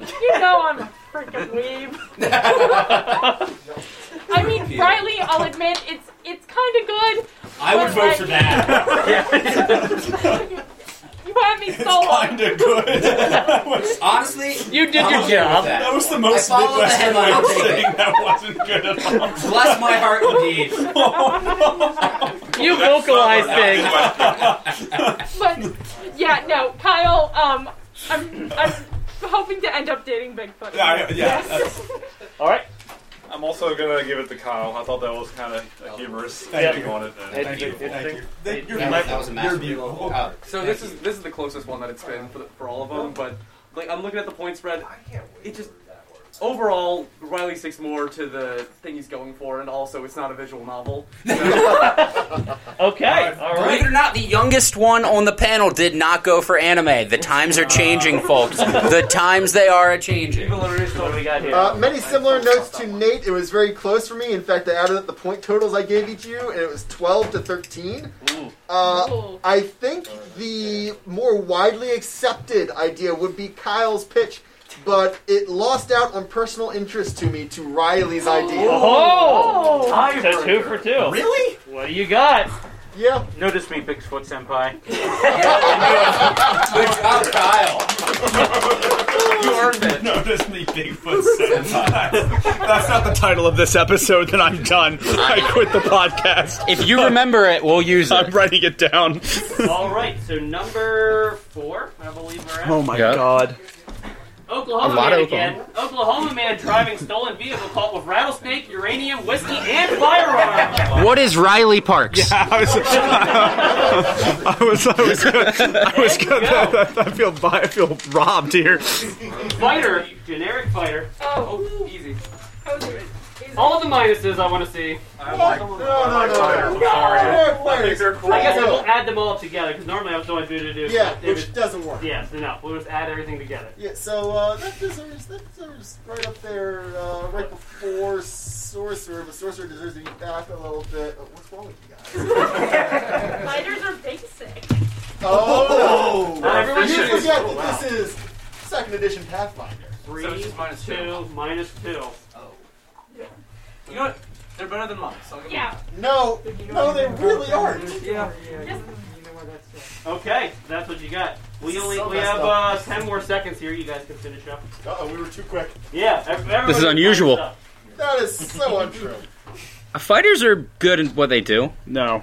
Speaker 5: You know I'm a Freaking weeb. I mean, Riley, I'll admit it's it's kind of good.
Speaker 12: I would vote
Speaker 5: but,
Speaker 12: for
Speaker 5: like,
Speaker 12: that.
Speaker 5: <laughs> You have me so
Speaker 12: kind of good. <laughs>
Speaker 11: Honestly,
Speaker 12: you did your job. That. was the most
Speaker 11: I followed the
Speaker 12: Midwestern way
Speaker 11: headline.
Speaker 12: of saying that wasn't good at all.
Speaker 11: Bless my heart, indeed.
Speaker 12: you vocalize things.
Speaker 5: But yeah, no, Kyle. Um, I'm I'm hoping to end up dating Bigfoot. <laughs>
Speaker 9: All right. I'm also gonna give it to Kyle. I thought that was kind of a humorous
Speaker 7: Thank
Speaker 9: take
Speaker 7: you.
Speaker 9: on it. and-
Speaker 7: Thank you. Thank you. Thank you.
Speaker 9: You're beautiful. You're beautiful.
Speaker 1: uh,
Speaker 7: So this is this is the closest one that it's been for, the, for all of them, but like I'm looking at the point spread. It just overall Riley sticks more to the thing he's going for, and also it's not a visual novel.
Speaker 10: Okay.
Speaker 11: Believe
Speaker 7: right.
Speaker 11: it or
Speaker 1: not, the youngest one on the panel did not go for anime. The times are changing, folks. The times they are a changing.
Speaker 10: what do we got here?
Speaker 6: Uh, many similar notes to Nate. It was very close for me. In fact, I added up the point totals I gave each of you, and it was 12 to 13.
Speaker 5: Oh,
Speaker 6: Uh, I think the more widely accepted idea would be Kyle's pitch, but it lost out on personal interest to me to Riley's idea.
Speaker 12: Oh! Oh. So two for two. Really?
Speaker 10: What do you got?
Speaker 6: Yeah.
Speaker 10: Notice me, Bigfoot Senpai.
Speaker 12: Good job, Kyle.
Speaker 7: you
Speaker 2: <laughs>
Speaker 7: earned it.
Speaker 12: Notice me, Bigfoot senpai.
Speaker 2: That's not the title of this episode. Then I'm done. I quit the podcast.
Speaker 1: If you remember it, we'll use it.
Speaker 2: I'm writing it down.
Speaker 3: All right, so number four, I believe we're at.
Speaker 2: Oh my god.
Speaker 3: Oklahoma
Speaker 2: A lot
Speaker 3: man
Speaker 2: of
Speaker 3: again. Oklahoma man driving stolen vehicle caught with rattlesnake, uranium, whiskey, and firearms.
Speaker 1: What is Riley Parks?
Speaker 2: Yeah, I was, <laughs> I was, I was, I was, I, feel, I feel robbed here.
Speaker 3: Fighter, generic fighter.
Speaker 5: Oh,
Speaker 3: easy. All the minuses I want to see. I like, no,
Speaker 6: no, no, no. No, they're fighters.
Speaker 3: I guess I
Speaker 6: No.
Speaker 3: will add them all up together because normally that's what I do to do.
Speaker 6: Yeah,
Speaker 3: It
Speaker 6: which
Speaker 3: was-
Speaker 6: doesn't work.
Speaker 3: Yes, no, we'll just add everything together.
Speaker 6: Yeah, so uh, that deserves that deserves right up there, uh, right before sorcerer, but sorcerer deserves to be back a little bit. Uh, what's wrong with you <laughs> guys?
Speaker 5: Fighters are basic.
Speaker 6: Oh,
Speaker 3: Not everyone
Speaker 6: you
Speaker 3: should.
Speaker 6: forget
Speaker 3: Oh, wow.
Speaker 6: that this is second edition Pathfinder.
Speaker 3: Three, two, minus two. Oh.
Speaker 7: You know what? They're better than mine. So
Speaker 5: Yeah.
Speaker 6: No, no, they really aren't.
Speaker 7: Yeah.
Speaker 3: Okay, that's what you got. We
Speaker 6: This is
Speaker 3: only
Speaker 6: so
Speaker 3: we
Speaker 6: messed
Speaker 3: have
Speaker 6: up.
Speaker 3: uh, ten more seconds here. You guys can finish up.
Speaker 6: Uh oh, we were too quick.
Speaker 3: Yeah, ev- everyone
Speaker 1: This is
Speaker 3: can
Speaker 1: unusual.
Speaker 3: finish up.
Speaker 6: That is so untrue.
Speaker 1: Fighters are good at what they do.
Speaker 2: No.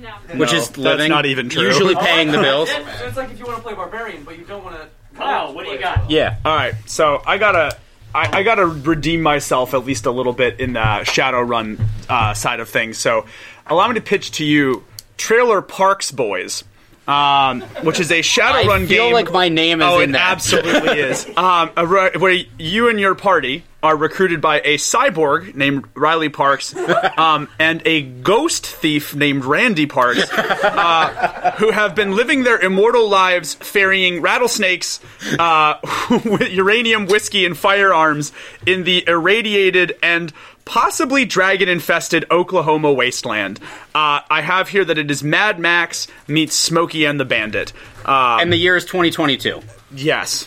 Speaker 5: No.
Speaker 1: Which
Speaker 2: No,
Speaker 1: is
Speaker 2: that's
Speaker 1: living.
Speaker 2: not even true.
Speaker 1: Usually paying the bills. <laughs>
Speaker 7: So it's like if you want to play barbarian, but you don't want to.
Speaker 3: Kyle, what do you got?
Speaker 2: Yeah. All right. So I gotta. I, I gotta redeem myself at least a little bit in the Shadowrun uh, side of things. So, allow me to pitch to you, Trailer Parks Boys, um, which is a Shadowrun
Speaker 1: I feel
Speaker 2: game.
Speaker 1: like my name is
Speaker 2: oh,
Speaker 1: in
Speaker 2: it
Speaker 1: that. <laughs>
Speaker 2: absolutely is. Um, a ri- where you and your party are recruited by a cyborg named
Speaker 1: <laughs>
Speaker 2: Riley Parks um, and a ghost thief named Randy Parks,
Speaker 1: <laughs>
Speaker 2: uh, who have been living their immortal lives ferrying rattlesnakes uh, <laughs> with uranium, whiskey, and firearms in the irradiated and possibly dragon infested Oklahoma wasteland. Uh, I have here that it is Mad Max meets Smokey and the Bandit. Um,
Speaker 1: and the year is 2022.
Speaker 2: Yes.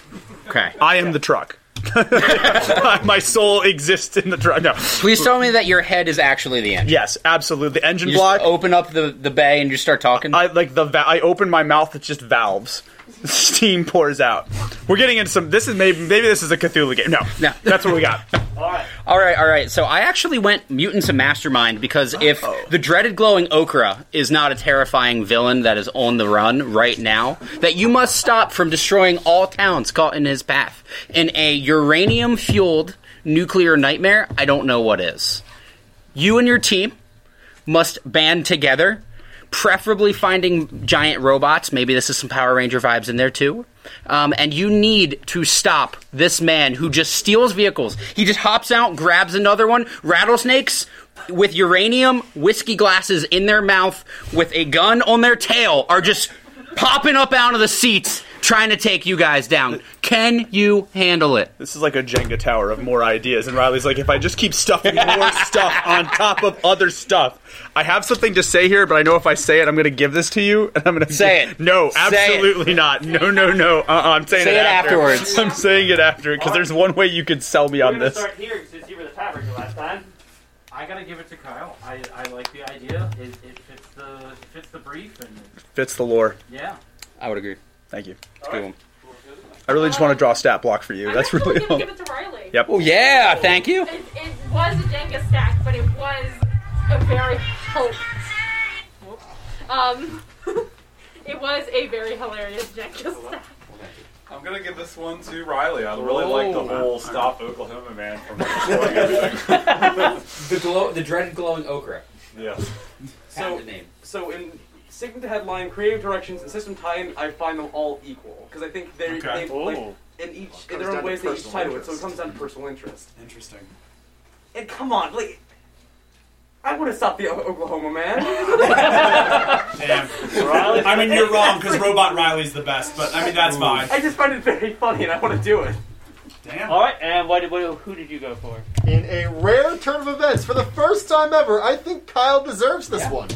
Speaker 1: Okay.
Speaker 2: I am the truck. <laughs> My soul exists in the truck. No.
Speaker 1: Please tell me that your head is actually the engine.
Speaker 2: Yes, absolutely. The engine
Speaker 1: you
Speaker 2: block.
Speaker 1: Just open up the, the bay and you start talking.
Speaker 2: I like the. Va- I open my mouth. It's just valves. <laughs> Steam pours out. We're getting into some. This is maybe maybe this is a Cthulhu game. No, no, that's what
Speaker 1: <laughs>
Speaker 2: we got.
Speaker 1: All right, all right. So I actually went mutants and mastermind because if the dreaded glowing okra is not a terrifying villain that is on the run right now, that you must stop from destroying all towns caught in his path in a uranium fueled nuclear nightmare, I don't know what is. You and your team must band together, preferably finding giant robots. Maybe this is some Power Ranger vibes in there too. Um, and you need to stop this man who just steals vehicles. He just hops out, grabs another one, rattlesnakes with uranium, whiskey glasses in their mouth, with a gun on their tail, are just popping up out of the seats. trying to take you guys down. Can you handle it?
Speaker 2: This is like a Jenga tower of more ideas, and Riley's like, if I just keep
Speaker 1: <laughs>
Speaker 2: stuffing more stuff on top of other stuff, I have something to say here, but I know if I say it, I'm going to give this to you, and I'm going to
Speaker 1: Say it.
Speaker 2: No,
Speaker 1: Say it.
Speaker 2: absolutely not. No, no, no. Uh, uh I'm saying
Speaker 1: Say
Speaker 2: it,
Speaker 1: it
Speaker 2: after.
Speaker 1: afterwards.
Speaker 2: <laughs> I'm saying it after because there's one way you could sell me
Speaker 3: We're
Speaker 2: on
Speaker 3: gonna
Speaker 2: this.
Speaker 3: start here since you were the tiebreaker last time.
Speaker 10: I gotta give it to Kyle. I, I like the idea. It, it fits the it fits the brief and
Speaker 2: Fits the lore.
Speaker 10: yeah.
Speaker 1: I would agree.
Speaker 2: Thank you. Good one. I really just want to draw a stat block for you. That's really all.
Speaker 5: Give it to Riley.
Speaker 2: Yep.
Speaker 1: Oh yeah, thank you.
Speaker 5: It, it was a Jenga stack, but it was a very hel- um, <laughs> it was a very hilarious Jenga stack.
Speaker 9: I'm gonna give this one to Riley. I really like the whole "Stop Oklahoma Man" from
Speaker 3: <laughs>
Speaker 9: destroying everything.
Speaker 11: the glow, the dreaded glowing ochre.
Speaker 9: Yes.
Speaker 7: So,
Speaker 11: Patented name.
Speaker 7: so in sticking to headline, creative directions, and system tie-in, I find them all equal because I think they
Speaker 8: Okay.
Speaker 7: they like,
Speaker 8: Ooh.
Speaker 7: in each in
Speaker 8: Comes
Speaker 7: their
Speaker 8: down
Speaker 7: own
Speaker 8: to
Speaker 7: ways they each
Speaker 8: personal
Speaker 7: tie to it. So it
Speaker 8: interest.
Speaker 7: comes down to personal interest.
Speaker 8: Interesting.
Speaker 7: And come on, like. I would have stopped the O- Oklahoma man.
Speaker 8: <laughs> Damn. I mean, you're wrong because Robot Riley's the best, but I mean that's fine.
Speaker 7: I just find it very funny, and I want to do it.
Speaker 8: Damn.
Speaker 3: All right, and what, what, who did you go for?
Speaker 6: In a rare turn of events, for the first time ever, I think Kyle deserves this one.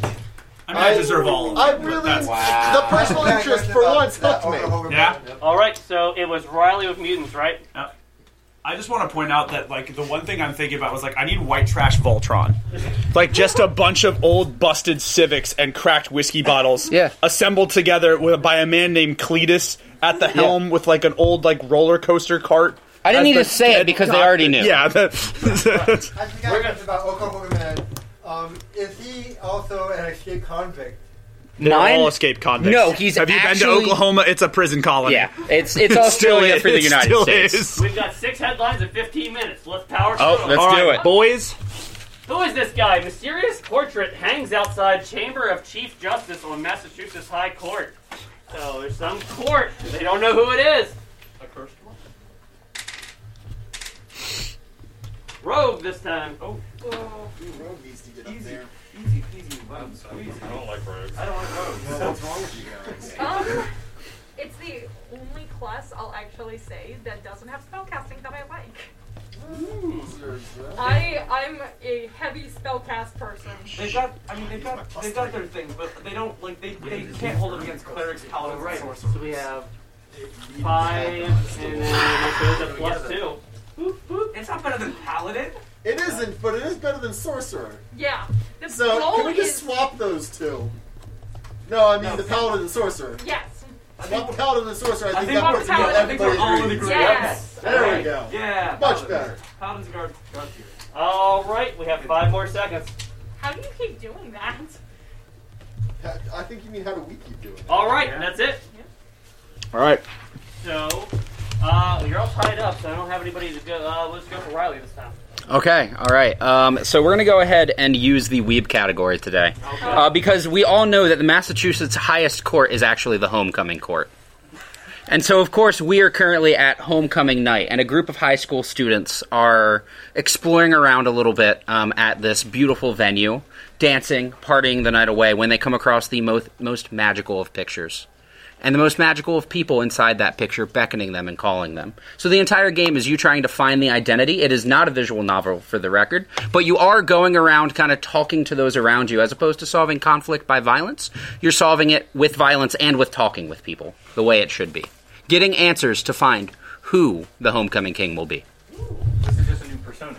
Speaker 8: I mean, I deserve all of
Speaker 6: I
Speaker 8: them, but
Speaker 6: really,
Speaker 8: that's- Wow.
Speaker 6: the personal interest for once hooked me.
Speaker 8: Yeah.
Speaker 3: All right, so it was Riley with mutants, right?
Speaker 8: I just want to point out that like the one thing I'm thinking about was like I need white trash Voltron.
Speaker 2: Like just a bunch of old busted Civics and cracked whiskey
Speaker 1: <laughs>
Speaker 2: bottles
Speaker 1: yeah.
Speaker 2: assembled together with, by a man named Cletus at the helm with like an old like roller coaster cart.
Speaker 1: I didn't
Speaker 2: as
Speaker 1: need
Speaker 2: the
Speaker 1: to say it
Speaker 2: dead
Speaker 1: because they
Speaker 2: doctor.
Speaker 1: already knew.
Speaker 2: Yeah. the-
Speaker 13: I forgot we about Oklahoma Man. Um, is he also an escaped convict?
Speaker 2: <laughs> They're
Speaker 1: Nine?
Speaker 2: all escaped convicts.
Speaker 1: No, he's
Speaker 2: Have you been
Speaker 1: actually-
Speaker 2: to Oklahoma? It's a prison colony. <laughs>
Speaker 1: Yeah, it's- it's Australia
Speaker 2: still
Speaker 1: for the
Speaker 2: is.
Speaker 1: United
Speaker 2: Still
Speaker 1: States.
Speaker 2: is.
Speaker 3: We've got six headlines in 15 minutes. Let's power through.
Speaker 2: Oh,
Speaker 3: them.
Speaker 2: let's do it, boys.
Speaker 3: Who is this guy? Mysterious portrait hangs outside chamber of Chief Justice on Massachusetts High Court. So there's some court. They don't know who it is. A cursed one. Rogue this time. Oh.
Speaker 13: Rogue needs to get up there.
Speaker 7: Easy, easy, wow, squeeze.
Speaker 9: I don't like rogues.
Speaker 7: I don't like rogues.
Speaker 13: What's wrong with you guys?
Speaker 5: Um, it's the only class I'll actually say that doesn't have spellcasting that I like. I I'm a heavy spellcast person.
Speaker 7: They've got, I mean, they've got, they've got their things, but they don't like they, they can't hold it against clerics, paladins, and sorcerers.
Speaker 3: Oh, So we have five, and then it goes to plus two.
Speaker 7: It's not better than paladin.
Speaker 6: It isn't, but it is better than sorcerer.
Speaker 5: Yeah. The
Speaker 6: So
Speaker 5: goal
Speaker 6: can we
Speaker 5: is
Speaker 6: just swap those two? No, I mean the paladin and sorcerer.
Speaker 5: yes.
Speaker 6: Swap paladin and sorcerer. I
Speaker 7: I
Speaker 6: think,
Speaker 7: think
Speaker 6: that
Speaker 7: we're-
Speaker 6: puts
Speaker 7: yeah, I think we're
Speaker 6: everybody
Speaker 7: all in
Speaker 6: agrees.
Speaker 7: agreement. Yes.
Speaker 6: There
Speaker 3: Alright.
Speaker 6: we go.
Speaker 7: Yeah,
Speaker 6: Much
Speaker 7: paladin.
Speaker 6: better.
Speaker 7: Paladins guard, guard tier.
Speaker 3: All right, we have five more seconds.
Speaker 5: How do you keep doing that?
Speaker 6: Ha- I think you mean how do we keep doing? it?
Speaker 3: All right, and that's it.
Speaker 2: All right.
Speaker 3: So, uh, you're all tied up, so I don't have anybody to go. Uh, let's go for Riley this time.
Speaker 1: Okay, all right. Um, so we're going to go ahead and use the weeb category today. Uh, because we all know that the Massachusetts highest court is actually the homecoming court. And so, of course, we are currently at homecoming night, and a group of high school students are exploring around a little bit um, at this beautiful venue, dancing, partying the night away when they come across the most, most magical of pictures. And the most magical of people inside that picture beckoning them and calling them. So the entire game is you trying to find the identity. It is not a visual novel for the record, but you are going around kind of talking to those around you as opposed to solving conflict by violence. You're solving it with violence and with talking with people the way it should be getting answers to find who the homecoming king will be.
Speaker 10: This is just a new persona.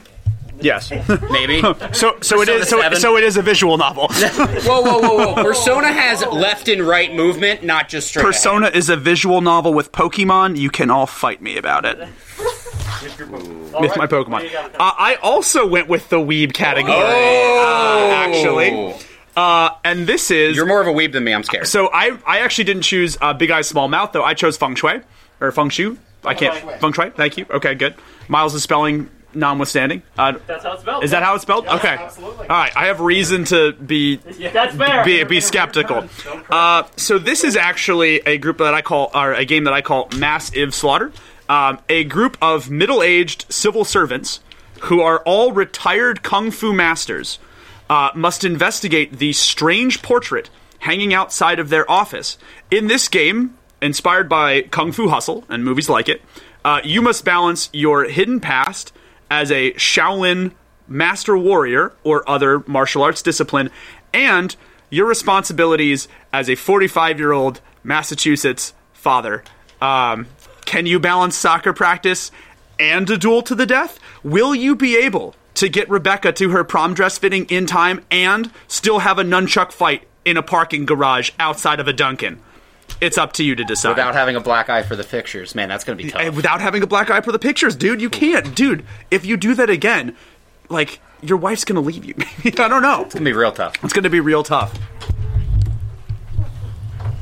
Speaker 2: Yes. <laughs>
Speaker 1: Maybe.
Speaker 2: so so it
Speaker 1: Persona
Speaker 2: is so, it-
Speaker 1: seven.
Speaker 2: so it is a
Speaker 1: <laughs>
Speaker 2: visual novel.
Speaker 1: whoa, whoa, whoa, <laughs> whoa! Persona has left and right movement, not just straight.
Speaker 2: Persona is a visual novel with Pokemon. You can all fight me about it. with my Pokemon. Uh, I also went with the weeb category,
Speaker 3: Oh.
Speaker 2: uh, actually. Uh, and this is you're
Speaker 1: more of a weeb than me. I'm scared.
Speaker 2: So I I actually didn't choose uh, Big Eyes Small Mouth though. I chose Feng Shui or Feng Shu. I can't
Speaker 3: Feng Shui.
Speaker 2: Feng Shui. Thank you. Okay, good. Miles is spelling notwithstanding. Uh,
Speaker 3: That's how it's spelled.
Speaker 2: Is that how it's spelled?
Speaker 3: Yes,
Speaker 2: okay.
Speaker 3: absolutely.
Speaker 2: All right. I have reason to be
Speaker 3: <laughs> Yeah, that's fair.
Speaker 2: be, be skeptical. Uh, so this is actually a group that I call, or a game that I call Mass Iv Slaughter. Um, a group of middle-aged civil servants who are all retired kung fu masters uh, must investigate the strange portrait hanging outside of their office. In this game, inspired by Kung Fu Hustle and movies like it, uh, you must balance your hidden past as a Shaolin master warrior or other martial arts discipline and your responsibilities as a 45 year old Massachusetts father. Um, can you balance soccer practice and a duel to the death? Will you be able to get Rebecca to her prom dress fitting in time and still have a nunchuck fight in a parking garage outside of a Dunkin'? It's up to you to decide.
Speaker 1: Without having a black eye for the pictures, man, that's going to be tough.
Speaker 2: And without having a black eye for the pictures, dude. You can't, dude. If you do that again, like your wife's gonna leave you. <laughs> I don't know. It's
Speaker 1: gonna be real tough.
Speaker 2: It's gonna be real tough.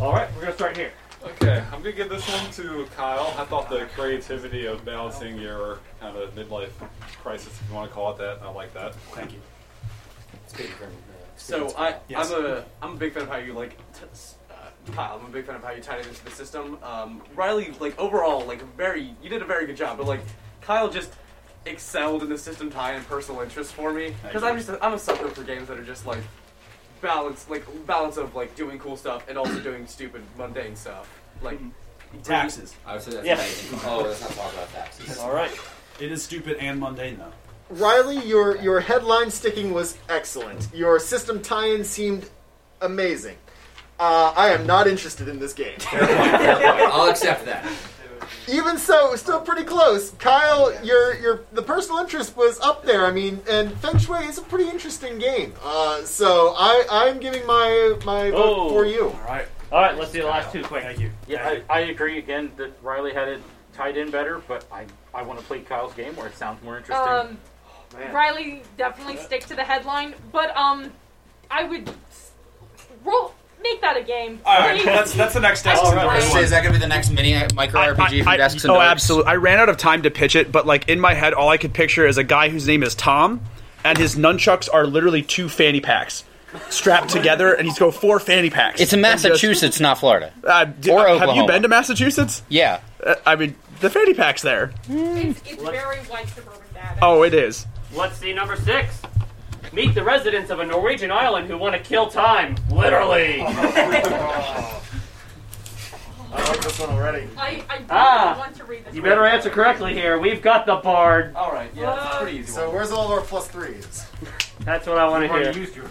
Speaker 3: All right, we're gonna start here.
Speaker 9: Okay, I'm gonna give this one to Kyle. I thought the creativity of balancing your kind of midlife crisis, if you want to call it that, I like that. Thank you.
Speaker 7: So I, I'm a I'm a big fan of how you like. T- s- uh, Kyle, I'm a big fan of how you tied it into the system. Um, Riley, like overall, like very, you did a very good job. But like, Kyle just excelled in the system tie and personal interest for me because I'm just a, I'm a sucker for games that are just like balance, like balance of like doing cool stuff and also doing stupid mundane stuff, like
Speaker 8: Taxes.
Speaker 11: I would say that's
Speaker 8: Yeah.
Speaker 11: amazing. Oh, let's not talk about taxes.
Speaker 8: All right. It is stupid and mundane though.
Speaker 6: Riley, your your headline sticking was excellent. Your system tie-in seemed amazing. Uh, I am not interested in this game.
Speaker 11: I'll accept that.
Speaker 6: Even so, still pretty close. Kyle, your your the personal interest was up there. I mean, and Feng Shui is a pretty interesting game. Uh, so I I'm giving my my vote
Speaker 3: Oh.
Speaker 6: for you.
Speaker 8: All right.
Speaker 3: All right, let's do the last two quick.
Speaker 8: Thank you.
Speaker 10: Yeah, I, I agree again that Riley had it tied in better, but I, I want to play Kyle's game where it sounds more interesting.
Speaker 5: Um,
Speaker 7: Oh,
Speaker 10: man.
Speaker 5: Riley definitely stick to the headline, but um, I would s- roll make that a game.
Speaker 8: All right,
Speaker 5: Please.
Speaker 8: that's- that's the next test.
Speaker 5: I would
Speaker 8: All right.
Speaker 5: play-
Speaker 1: Is that going to be the next mini micro RPG for desks and
Speaker 2: oh,
Speaker 1: Dorks?
Speaker 2: absolutely. I ran out of time to pitch it, but like in my head, all I could picture is a guy whose name is Tom, and his nunchucks are literally two fanny packs strapped together, and he's go four fanny packs.
Speaker 1: It's in
Speaker 2: And just-
Speaker 1: Massachusetts, not Florida.
Speaker 2: Uh, d-
Speaker 1: Or
Speaker 2: have you
Speaker 1: Oklahoma.
Speaker 2: been to Massachusetts?
Speaker 1: Yeah.
Speaker 2: Uh, I mean, the fanny pack's there.
Speaker 5: It's, it's very white suburban dad.
Speaker 2: Oh, it is.
Speaker 3: Let's see number six. Meet the residents of a Norwegian island who want to kill time, literally.
Speaker 6: I like this one already.
Speaker 5: I, I do
Speaker 3: Ah.
Speaker 5: not want to read this.
Speaker 3: You better answer correctly here. We've got the bard.
Speaker 10: Oh.
Speaker 7: All right,
Speaker 5: that's pretty
Speaker 6: easy. So where's all our plus threes?
Speaker 3: That's what I want to
Speaker 6: You've already
Speaker 3: hear.
Speaker 6: used
Speaker 3: yours.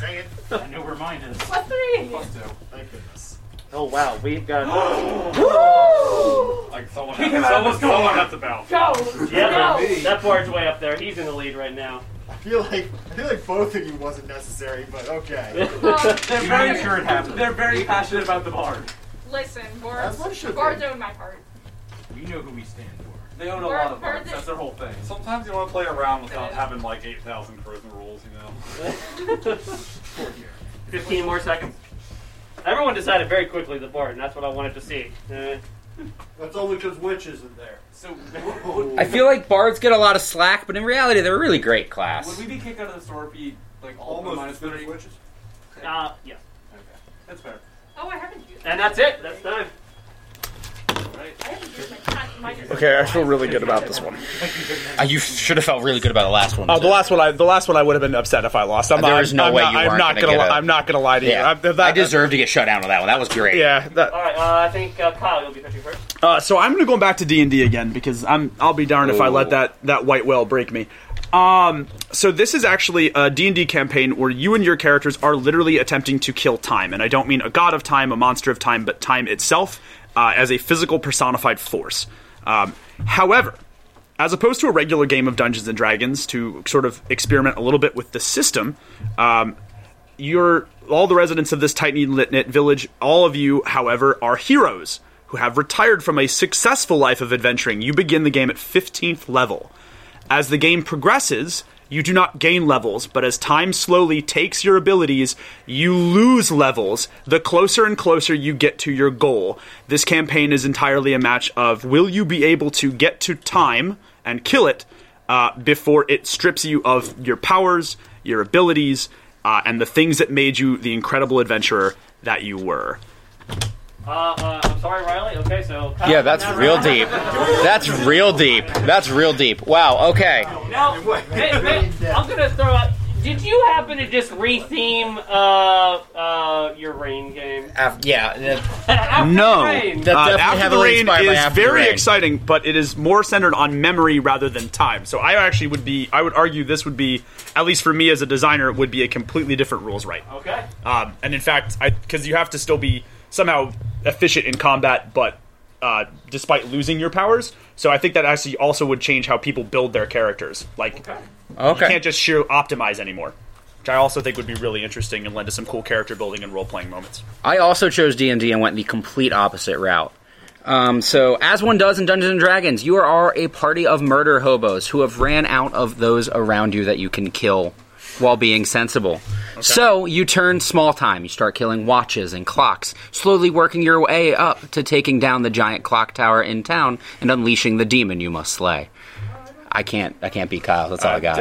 Speaker 6: Dang it!
Speaker 3: I know where mine is.
Speaker 5: Plus three.
Speaker 6: Thank goodness.
Speaker 3: Oh wow, we've got.
Speaker 9: Like someone,
Speaker 3: He
Speaker 9: has,
Speaker 3: can
Speaker 9: someone,
Speaker 3: almost go
Speaker 9: someone
Speaker 3: on.
Speaker 9: has to balance.
Speaker 5: Go. Um,
Speaker 3: Yeah,
Speaker 6: Go.
Speaker 3: that bard's way up there. He's in the lead right now.
Speaker 6: I feel like I feel like both of you wasn't necessary, but okay.
Speaker 7: <laughs> They're very sure it happened. They're very passionate about the bar.
Speaker 5: Listen,
Speaker 7: That's what it
Speaker 5: Bards,
Speaker 7: should be.
Speaker 5: Bards own my heart.
Speaker 7: We know who we stand for. They own a
Speaker 5: We're-
Speaker 7: lot of
Speaker 5: we're
Speaker 7: bars.
Speaker 5: the-
Speaker 7: That's their whole thing.
Speaker 9: Sometimes you want to play around without having like 8,000 charisma rules, you know?
Speaker 3: 15 more seconds. Everyone decided very quickly the bard, and that's what I wanted to see. Uh,
Speaker 13: That's only because Witch isn't there.
Speaker 7: So,
Speaker 1: I feel like bards get a lot of slack, but in reality, they're a really great
Speaker 7: Would
Speaker 1: class.
Speaker 7: we be kicked out of the store if we like all
Speaker 13: Almost
Speaker 7: minus thirty witches?
Speaker 3: uh, yes.
Speaker 7: Okay, that's fair.
Speaker 5: Oh, I haven't used.
Speaker 3: And that's it. That's time.
Speaker 5: I haven't used my time. My
Speaker 2: Okay, I feel really good about this one.
Speaker 1: Uh, you should have felt really good about the last one.
Speaker 2: Oh, the last one, I the last one, I would have been upset if I lost. I'm
Speaker 1: There
Speaker 2: not,
Speaker 1: is no
Speaker 2: I'm
Speaker 1: way
Speaker 2: not,
Speaker 1: you
Speaker 2: I'm
Speaker 1: weren't
Speaker 2: not
Speaker 1: gonna
Speaker 2: gonna.
Speaker 1: get
Speaker 2: li-
Speaker 1: a-
Speaker 2: I'm not gonna lie to
Speaker 1: Yeah.
Speaker 2: you. I, that,
Speaker 1: I deserve to get shut down on that one. That was great.
Speaker 2: Yeah, that,
Speaker 3: All right, uh, I think uh, Kyle, you'll be touching first.
Speaker 2: Uh, so I'm going to go back to D and D again because I'm I'll be darned if I let that that white whale break me. Um, so this is actually a D and D campaign where you and your characters are literally attempting to kill time, and I don't mean a god of time, a monster of time, but time itself uh, as a physical personified force. Um, however, as opposed to a regular game of Dungeons and Dragons, to sort of experiment a little bit with the system, um, you're all the residents of this tightly lit knit village. All of you, however, are heroes who have retired from a successful life of adventuring. You begin the game at 15th level. As the game progresses, you do not gain levels, but as time slowly takes your abilities, you lose levels the closer and closer you get to your goal. This campaign is entirely a match of will you be able to get to time and kill it uh, before it strips you of your powers, your abilities, uh, and the things that made you the incredible adventurer that you were.
Speaker 3: Uh, uh, I'm sorry, Riley. Okay, so Kyle,
Speaker 1: Yeah, that's
Speaker 3: now
Speaker 1: real
Speaker 3: Riley.
Speaker 1: deep. That's real deep. That's real deep. Wow. Okay.
Speaker 3: Now, hey, hey, I'm gonna throw out. Do Did you happen to just retheme uh, uh, your rain game?
Speaker 1: Af- yeah. that-
Speaker 2: no,
Speaker 3: Rain.
Speaker 1: That
Speaker 2: Uh,
Speaker 1: definitely
Speaker 2: After the
Speaker 1: heavily
Speaker 2: Rain
Speaker 1: inspired by
Speaker 2: is
Speaker 1: After the
Speaker 2: very
Speaker 1: Rain.
Speaker 2: exciting, but it is more centered on memory rather than time. So I actually would be, I would argue this would be, at least for me as a designer, it would be a completely different rules right.
Speaker 3: Okay.
Speaker 2: Um, and in fact, because you have to still be somehow efficient in combat, but uh, despite losing your powers, so I think that actually also would change how people build their characters. Like,
Speaker 1: Okay.
Speaker 2: you can't just sheer optimize anymore, which I also think would be really interesting and lend to some cool character building and role playing moments.
Speaker 1: I also chose D&D and went the complete opposite route. Um, so, as one does in Dungeons and Dragons, you are a party of murder hobos who have ran out of those around you that you can kill while being sensible. So, you turn small time. You start killing watches and clocks, slowly working your way up to taking down the giant clock tower in town and unleashing the demon you must slay. I can't. I can't beat Kyle. That's all I got.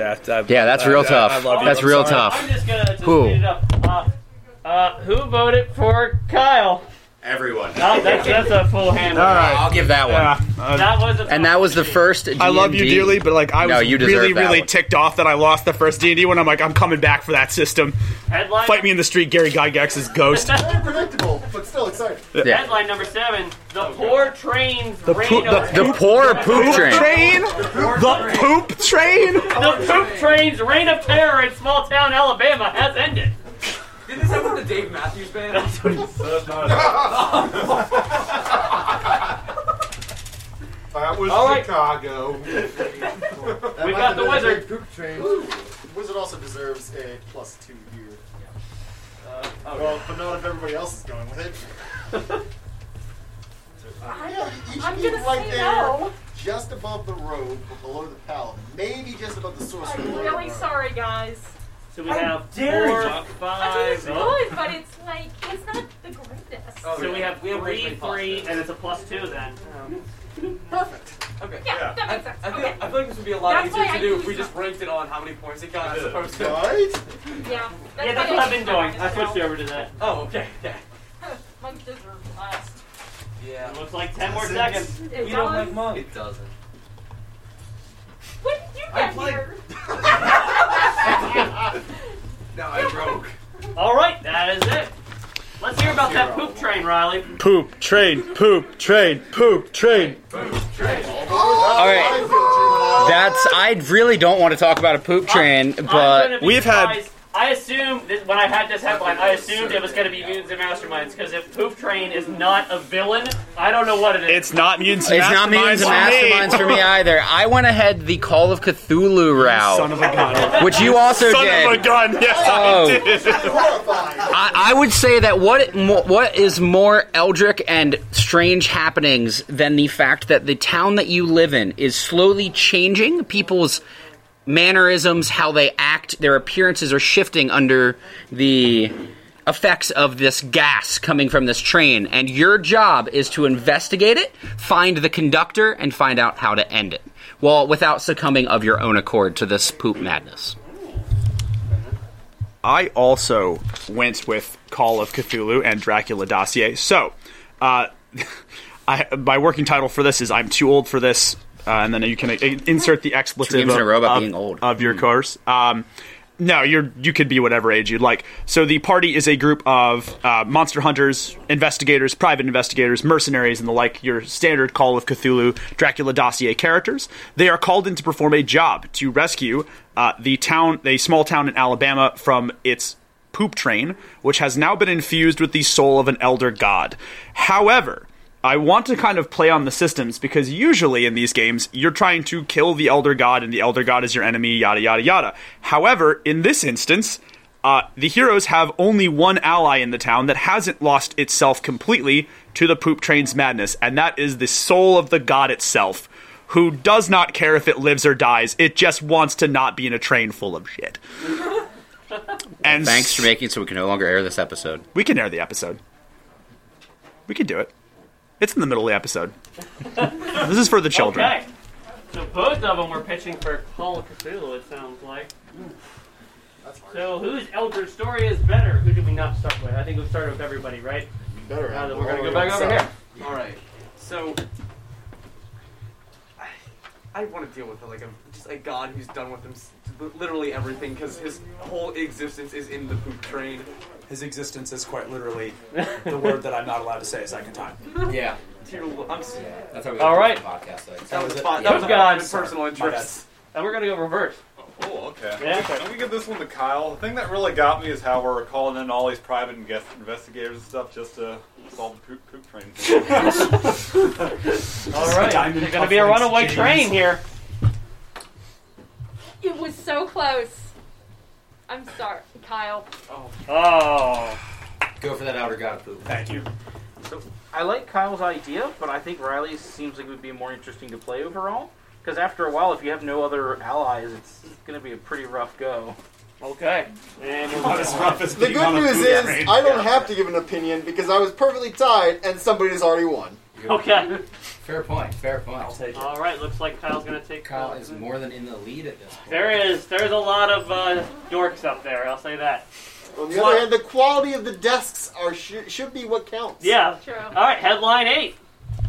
Speaker 1: yeah, that's real tough. that's real tough.
Speaker 3: I'm just gonna just
Speaker 1: Who?
Speaker 3: speed it up. Uh, uh, who voted for Kyle?
Speaker 11: Everyone.
Speaker 3: Oh, that's, that's a full hand.
Speaker 1: I'll give that one.
Speaker 3: that was a
Speaker 1: and that was the first.
Speaker 2: I love you
Speaker 1: D&D.
Speaker 2: dearly, but like I
Speaker 1: No,
Speaker 2: was
Speaker 1: you deserve
Speaker 2: really,
Speaker 1: that
Speaker 2: really
Speaker 1: one.
Speaker 2: ticked off that I lost the first D and D when I'm like, I'm coming back for that system.
Speaker 3: Headline.
Speaker 2: Fight me in the street, Gary Gygax's
Speaker 1: <laughs>
Speaker 2: ghost.
Speaker 6: Very predictable, but still exciting.
Speaker 2: Yeah.
Speaker 3: Headline number seven: The poor trains.
Speaker 2: The
Speaker 3: rain
Speaker 2: poop- the
Speaker 3: over-
Speaker 2: poop- The poor poop poop train. train?
Speaker 3: The
Speaker 2: poop train.
Speaker 3: The poop train's reign of terror in small town Alabama has ended.
Speaker 7: Did this happen to Dave Matthews Band? <laughs> That's what he said.
Speaker 12: That was
Speaker 6: All right.
Speaker 12: Chicago.
Speaker 6: That might have been a big Poop train. Wizard also deserves a plus two year. well, but not if everybody else is going with it. Uh, I know, each
Speaker 5: I'm
Speaker 6: peak
Speaker 5: gonna
Speaker 6: right
Speaker 5: say
Speaker 6: there,
Speaker 5: no.
Speaker 6: just above the road, but below the paladin. Maybe just above the source.
Speaker 5: I'm really sorry, guys.
Speaker 3: So we
Speaker 6: How
Speaker 3: have
Speaker 6: dare
Speaker 3: four,
Speaker 6: you.
Speaker 3: five. oh.
Speaker 5: It's good, but it's like it's not the greatest.
Speaker 3: so we have we have three, three, and it's a plus two then.
Speaker 7: Perfect. Okay.
Speaker 5: Yeah, that makes sense.
Speaker 7: I, I, feel,
Speaker 5: Okay.
Speaker 7: I feel like this would be a lot
Speaker 5: That's why
Speaker 7: easier
Speaker 5: I
Speaker 7: to do if
Speaker 5: use
Speaker 7: we just ranked it on how many points it got as opposed to.
Speaker 5: <laughs>
Speaker 6: Right?
Speaker 5: Yeah.
Speaker 7: Yeah,
Speaker 3: that's what I've been doing. I switched over to that.
Speaker 7: Oh, okay. Yeah.
Speaker 5: Monk deserves last.
Speaker 7: Yeah.
Speaker 3: Looks like 10 more seconds.
Speaker 5: It You don't does. like
Speaker 7: Monk? It doesn't.
Speaker 5: When did you
Speaker 7: I
Speaker 5: get
Speaker 7: played-
Speaker 5: here?
Speaker 7: Now I broke.
Speaker 3: All right, that is it. Let's hear about that poop train, Riley.
Speaker 2: Poop train, poop train, poop train.
Speaker 1: All right. That's. I really don't want to talk about a
Speaker 2: Uh,
Speaker 1: poop train,
Speaker 3: I'm gonna
Speaker 1: but
Speaker 3: be surprised. I assumed that when I had this headline, I assumed it was going to be Mutants and Masterminds because if Poop Train is not a villain, I don't know what it is.
Speaker 2: It's not mutants.
Speaker 1: It's not mutants and masterminds for me either. I went ahead the Call of Cthulhu route,
Speaker 2: Son of a gun.
Speaker 1: which you also
Speaker 2: Son
Speaker 1: did.
Speaker 2: of a gun. Yes,
Speaker 1: Oh.
Speaker 2: I did. <laughs>
Speaker 1: I, I would say that what mo- what is more eldritch and strange happenings than the fact that the town that you live in is slowly changing people's mannerisms, how they act, their appearances are shifting under the effects of this gas coming from this train, and your job is to investigate it, find the conductor, and find out how to end it. Well, without succumbing of your own accord to this poop madness.
Speaker 2: I also went with Call of Cthulhu and Dracula Dossier. So, uh, I, my working title for this is "I'm Too Old for This," uh, and then you can uh, insert the expletive
Speaker 1: games
Speaker 2: of,
Speaker 1: in a row about
Speaker 2: of-
Speaker 1: being old. Hmm.
Speaker 2: of your course. Um, no, you're you could be whatever age you'd like. So the party is a group of uh, monster hunters, investigators, private investigators, mercenaries, and the like. Your standard Call of Cthulhu, Dracula dossier characters. They are called in to perform a job to rescue uh, the town, a small town in Alabama, from its poop train, which has now been infused with the soul of an elder god. However. I want to kind of play on the systems because usually in these games, you're trying to kill the Elder God and the Elder God is your enemy, yada, yada, yada. However, in this instance, uh, the heroes have only one ally in the town that hasn't lost itself completely to the poop train's madness, and that is the soul of the god itself, who does not care if it lives or dies. It just wants to not be in a train full of shit. And
Speaker 1: Thanks for making it so we can no longer air this episode.
Speaker 2: We can air the episode. We can do it. It's in the middle of the episode. <laughs> this is for the children.
Speaker 3: Okay. So both of them were pitching for Call of Cthulhu, it sounds like. So whose Elder Story is better? Who did we not start with? I think we've started with everybody, right?
Speaker 6: Better.
Speaker 3: Now that we're going to go back over here.
Speaker 7: All right. So I, I want to deal with like a just a god who's done with him, li- literally everything because his whole existence is in the poop train.
Speaker 8: His existence is quite literally the word that I'm not allowed to say a second time.
Speaker 7: Yeah. I'm s-
Speaker 10: All right.
Speaker 8: That was
Speaker 7: fine.
Speaker 8: That was
Speaker 10: Good
Speaker 8: good.
Speaker 10: God.
Speaker 9: Personal
Speaker 10: My bad.
Speaker 9: interest.
Speaker 10: And we're gonna go reverse.
Speaker 9: Oh, okay.
Speaker 10: Yeah, okay.
Speaker 9: Let me give this one to Kyle. The thing that really got me is how we're calling in all these private invest- investigators and stuff just to solve the poop, poop train.
Speaker 10: All right. There's gonna be a runaway train here.
Speaker 5: It was so close. I'm sorry, Kyle.
Speaker 7: Oh.
Speaker 10: Oh.
Speaker 11: Go for that outer god poop.
Speaker 8: Thank you.
Speaker 10: So I like Kyle's idea, but I think Riley seems like it would be more interesting to play overall. Because after a while, if you have no other allies, it's going to be a pretty rough go. Okay. And
Speaker 8: Not as rough as
Speaker 6: The good news is, I don't have to give an opinion because I was perfectly tied and somebody's already won.
Speaker 3: <laughs> Okay.
Speaker 11: Fair point. Fair point. I'll take
Speaker 3: All right, looks like Kyle's gonna take.
Speaker 11: Kyle is more than in the lead
Speaker 1: <laughs>
Speaker 11: at this point.
Speaker 3: There is there's a lot of uh, dorks up there. I'll say that.
Speaker 6: On the other hand, the quality of the desks are should, should be what counts.
Speaker 3: Yeah.
Speaker 5: True.
Speaker 3: All right, headline eight.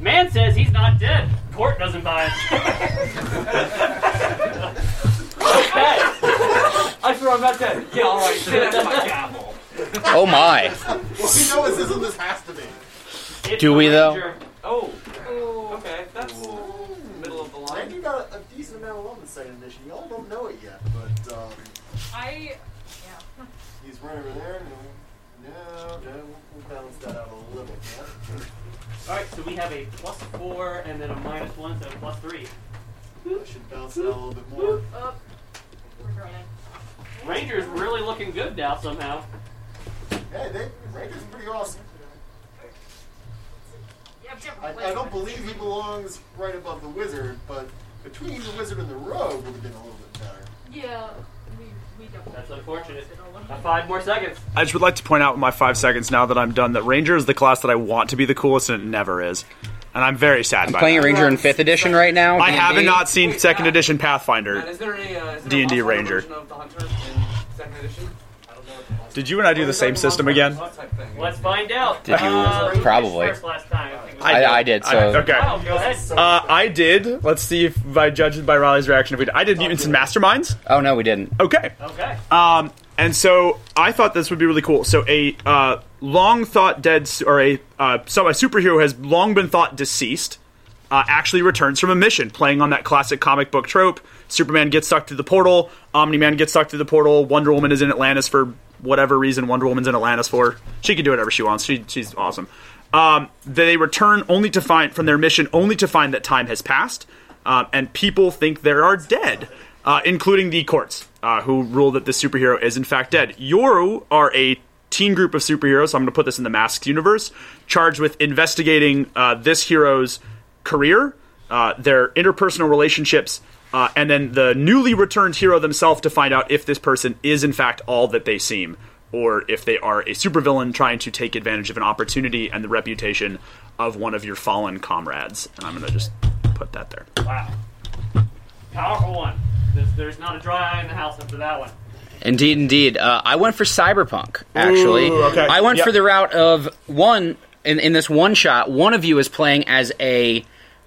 Speaker 3: Man says he's not dead. Court doesn't buy it. okay.
Speaker 7: I swear I'm not <laughs> dead. Yeah, all right. Shit, that's <laughs> my gavel.
Speaker 11: <laughs>
Speaker 1: Oh my.
Speaker 6: well, we know this isn't. This has to be.
Speaker 1: Do we, though?
Speaker 7: Oh. Okay, that's middle of the
Speaker 6: And
Speaker 7: line.
Speaker 6: you got a, a decent amount of love in second edition. Y'all don't know it yet, but um,
Speaker 5: I.
Speaker 6: he's right over there. No, no, no, we'll balance that out a little bit.
Speaker 3: All right, so we have a plus four and then a minus one, so plus three.
Speaker 6: I should balance it out a little bit more.
Speaker 5: Up. Oh, We're drowning.
Speaker 3: Rangers really looking good now somehow.
Speaker 6: Hey, they, Rankin's pretty awesome.
Speaker 5: Yeah, but you have
Speaker 6: I, I don't believe he belongs right above the wizard, but between the wizard and the rogue would have been a little bit better.
Speaker 5: Yeah, we, we don't.
Speaker 3: That's unfortunate. Uh, Five more seconds.
Speaker 2: I just would like to point out in my five seconds now that I'm done that Ranger is the class that I want to be the coolest and it never is. And I'm very sad by
Speaker 1: Playing
Speaker 2: that.
Speaker 1: Ranger uh, in fifth edition right now.
Speaker 2: I
Speaker 1: D&D.
Speaker 2: haven't not seen second edition Pathfinder
Speaker 7: Is there a uh, is there
Speaker 2: D and D
Speaker 7: a hostile
Speaker 2: Ranger.
Speaker 7: version of the Hunter in second edition? I don't know. what the hostile-
Speaker 2: Did you and I do the same system again?
Speaker 7: Type thing.
Speaker 3: Let's find out.
Speaker 2: Did you-
Speaker 3: Uh, who
Speaker 2: Probably.
Speaker 3: finished First last time. I think it was-
Speaker 1: I- I did, so-
Speaker 2: okay.
Speaker 3: Wow, go ahead.
Speaker 2: Uh, I did. Let's see if by judging by Riley's reaction, if we did. I did mutants and masterminds.
Speaker 1: Oh no, we didn't.
Speaker 2: Okay.
Speaker 3: Okay.
Speaker 2: Um, and so I thought this would be really cool. So a uh, long thought dead s- or a uh, so a superhero who has long been thought deceased. Uh, actually returns from a mission, playing on that classic comic book trope. Superman gets sucked through the portal. Omni Man gets sucked through the portal. Wonder Woman is in Atlantis for whatever reason. Wonder Woman's in Atlantis for she can do whatever she wants. She, she's awesome. Um, they return only to find from their mission only to find that time has passed, um, and people think they are dead uh, including the courts, uh, who rule that the superhero is in fact dead. Yoru are a teen group of superheroes. I'm going to put this in the Masks universe, charged with investigating uh, this hero's career, uh, their interpersonal relationships, uh, and then the newly returned hero themselves to find out if this person is in fact all that they seem, or if they are a supervillain trying to take advantage of an opportunity and the reputation of one of your fallen comrades. And I'm going to just put that there.
Speaker 3: Wow. Powerful one. There's, there's not a dry eye in the house after that one.
Speaker 1: Indeed, indeed. Uh, I went for Cyberpunk, actually.
Speaker 3: Ooh, okay.
Speaker 1: I went
Speaker 3: Yep.
Speaker 1: for the route of one, in, in this one shot, one of you is playing as a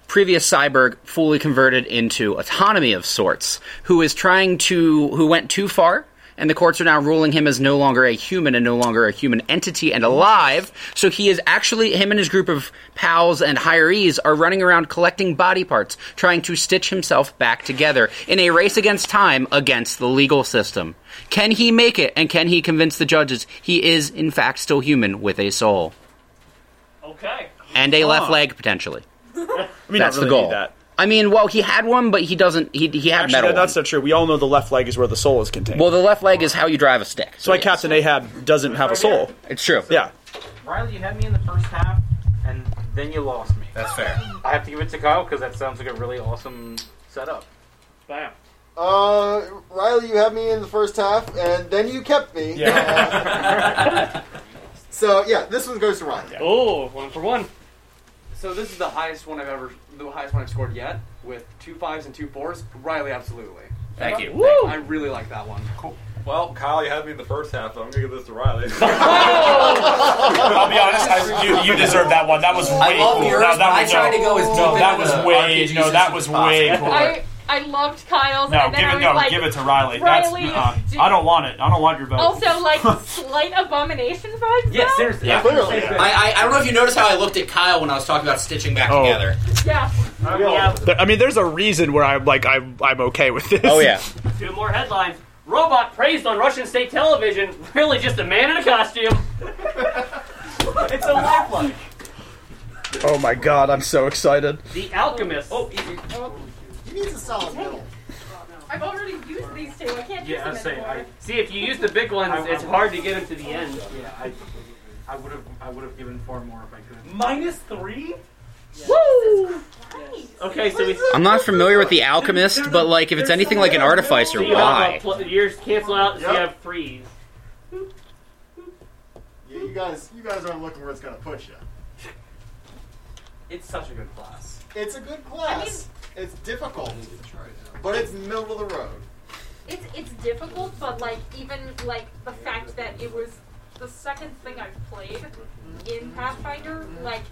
Speaker 1: previous cyborg fully converted into autonomy of sorts, who is trying to, who went too far. And the courts are now ruling him as no longer a human and no longer a human entity and alive. So he is actually, him and his group of pals and hirees are running around collecting body parts, trying to stitch himself back together in a race against time against the legal system. Can he make it? And can he convince the judges he is, in fact, still human with a soul
Speaker 3: Okay.
Speaker 1: and a left
Speaker 3: Huh.
Speaker 1: leg potentially?
Speaker 2: I mean,
Speaker 1: that's
Speaker 2: not really
Speaker 1: the goal.
Speaker 2: need that.
Speaker 1: I mean, well, he had one, but he doesn't. He he had
Speaker 2: Actually,
Speaker 1: metal.
Speaker 2: that- that's not true. We all know the left leg is where the soul is contained.
Speaker 1: well, the left leg is how you drive a stick.
Speaker 2: so like Captain Ahab doesn't have a soul.
Speaker 1: It's true.
Speaker 2: Yeah.
Speaker 10: Riley, you had me in the first half, <laughs> and then you lost me.
Speaker 11: That's fair.
Speaker 10: I have to give it to Kyle because Oh, that sounds like a really awesome setup. Bam.
Speaker 6: Uh, Riley, you had me in the first half, and then you kept me. Uh, so yeah, this one goes to Riley.
Speaker 3: Oh, one for one.
Speaker 7: So this is the highest one I've ever, the highest one I've scored yet, with two fives and two fours. Riley, absolutely.
Speaker 9: Thank you.
Speaker 7: Woo! I really like that one. Cool.
Speaker 9: Well, Kyle, you had me in the first half, so I'm gonna give this to Riley. <laughs>
Speaker 8: I'll be honest, I, you, you deserve that one. That was way
Speaker 9: I love
Speaker 8: cool.
Speaker 9: yours,
Speaker 8: that, that
Speaker 9: but I
Speaker 8: was,
Speaker 9: tried
Speaker 8: no,
Speaker 9: to go as
Speaker 8: no,
Speaker 9: deep
Speaker 8: that
Speaker 9: into
Speaker 8: was
Speaker 9: the
Speaker 8: way
Speaker 9: RPGs
Speaker 8: no,
Speaker 9: as
Speaker 8: that was way
Speaker 5: <laughs>
Speaker 9: possible.
Speaker 8: cooler.
Speaker 5: I, I loved Kyle's.
Speaker 2: No,
Speaker 5: and
Speaker 2: give
Speaker 5: then I
Speaker 2: it.
Speaker 5: was
Speaker 2: No,
Speaker 5: like,
Speaker 2: give it to Riley.
Speaker 5: Riley,
Speaker 2: That's.
Speaker 5: did-
Speaker 2: Uh, I don't want it. I don't want your vote.
Speaker 5: Also, like
Speaker 3: <laughs>
Speaker 5: slight abomination vibes.
Speaker 4: Yeah,
Speaker 5: though?
Speaker 4: seriously.
Speaker 2: Yeah, clearly.
Speaker 4: I, I, I don't know if you noticed how I looked at Kyle when I was talking about stitching back
Speaker 2: Oh.
Speaker 4: together.
Speaker 5: Yeah.
Speaker 3: yeah.
Speaker 2: There- I mean, there's a reason where I'm like, I'm, I'm okay with this.
Speaker 1: Oh, yeah.
Speaker 3: Two more headlines. Robot praised on Russian state television. <laughs> Really just a man in a costume. it's a lifelike.
Speaker 2: <laughs> Oh my god, I'm so excited.
Speaker 3: The Alchemist. Oh,
Speaker 6: He needs a solid middle.
Speaker 5: I've already used these two. I can't
Speaker 3: yeah, I
Speaker 5: use
Speaker 3: was
Speaker 5: them
Speaker 3: saying.
Speaker 5: anymore.
Speaker 3: I, see, if you use the big ones, it's hard to get them to the end.
Speaker 10: Yeah, I, I would have, I would have given four more if I could.
Speaker 7: Minus three?
Speaker 5: Woo!
Speaker 3: Okay, so we.
Speaker 1: I'm not familiar with the alchemist, but like if it's anything like an artificer,
Speaker 3: So you have, uh,
Speaker 1: why?
Speaker 3: pl- yours cancel out, so you
Speaker 6: Yep.
Speaker 3: have threes.
Speaker 6: Yeah, you guys, you guys aren't looking where it's gonna put you.
Speaker 7: It's such a good class.
Speaker 6: It's a good class. it's difficult, but it's middle of the road.
Speaker 5: It's it's difficult, but like even like the fact that it was the second thing I've played in Pathfinder, like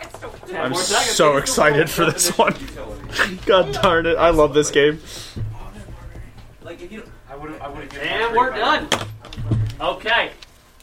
Speaker 5: it's still
Speaker 2: I'm so excited for this one. <laughs> God darn it, I love this game.
Speaker 7: Like if you, I would have, I would have given.
Speaker 3: And we're done. Okay.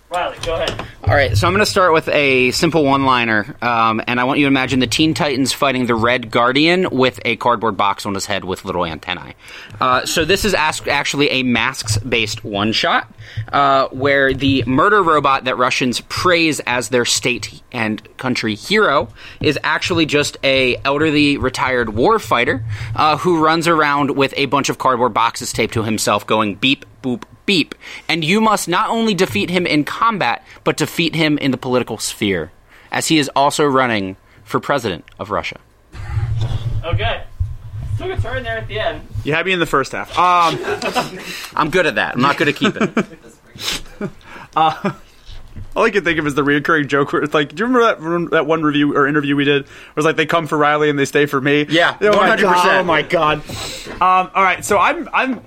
Speaker 3: Riley, go ahead.
Speaker 1: All right, so I'm going to start with a simple one-liner, um, and I want you to imagine the Teen Titans fighting the Red Guardian with a cardboard box on his head with little antennae. Uh, so this is as- actually a masks-based one-shot uh, where the murder robot that Russians praise as their state and country hero is actually just a elderly retired war fighter uh, who runs around with a bunch of cardboard boxes taped to himself, going beep boop beep. And you must not only defeat him in combat, but defeat him in the political sphere, as he is also running for president of Russia.
Speaker 3: Okay. Took a turn there at the end.
Speaker 2: You had me in the first half. Um,
Speaker 1: I'm good at that. I'm not good at keeping.
Speaker 2: uh, all I can think of is the reoccurring joke where it's like, do you remember that that one review or interview we did? It was like they come for Riley and they stay for me. Yeah, oh my
Speaker 1: 100%.
Speaker 2: god. Oh my god. Um, all right, so I'm I'm.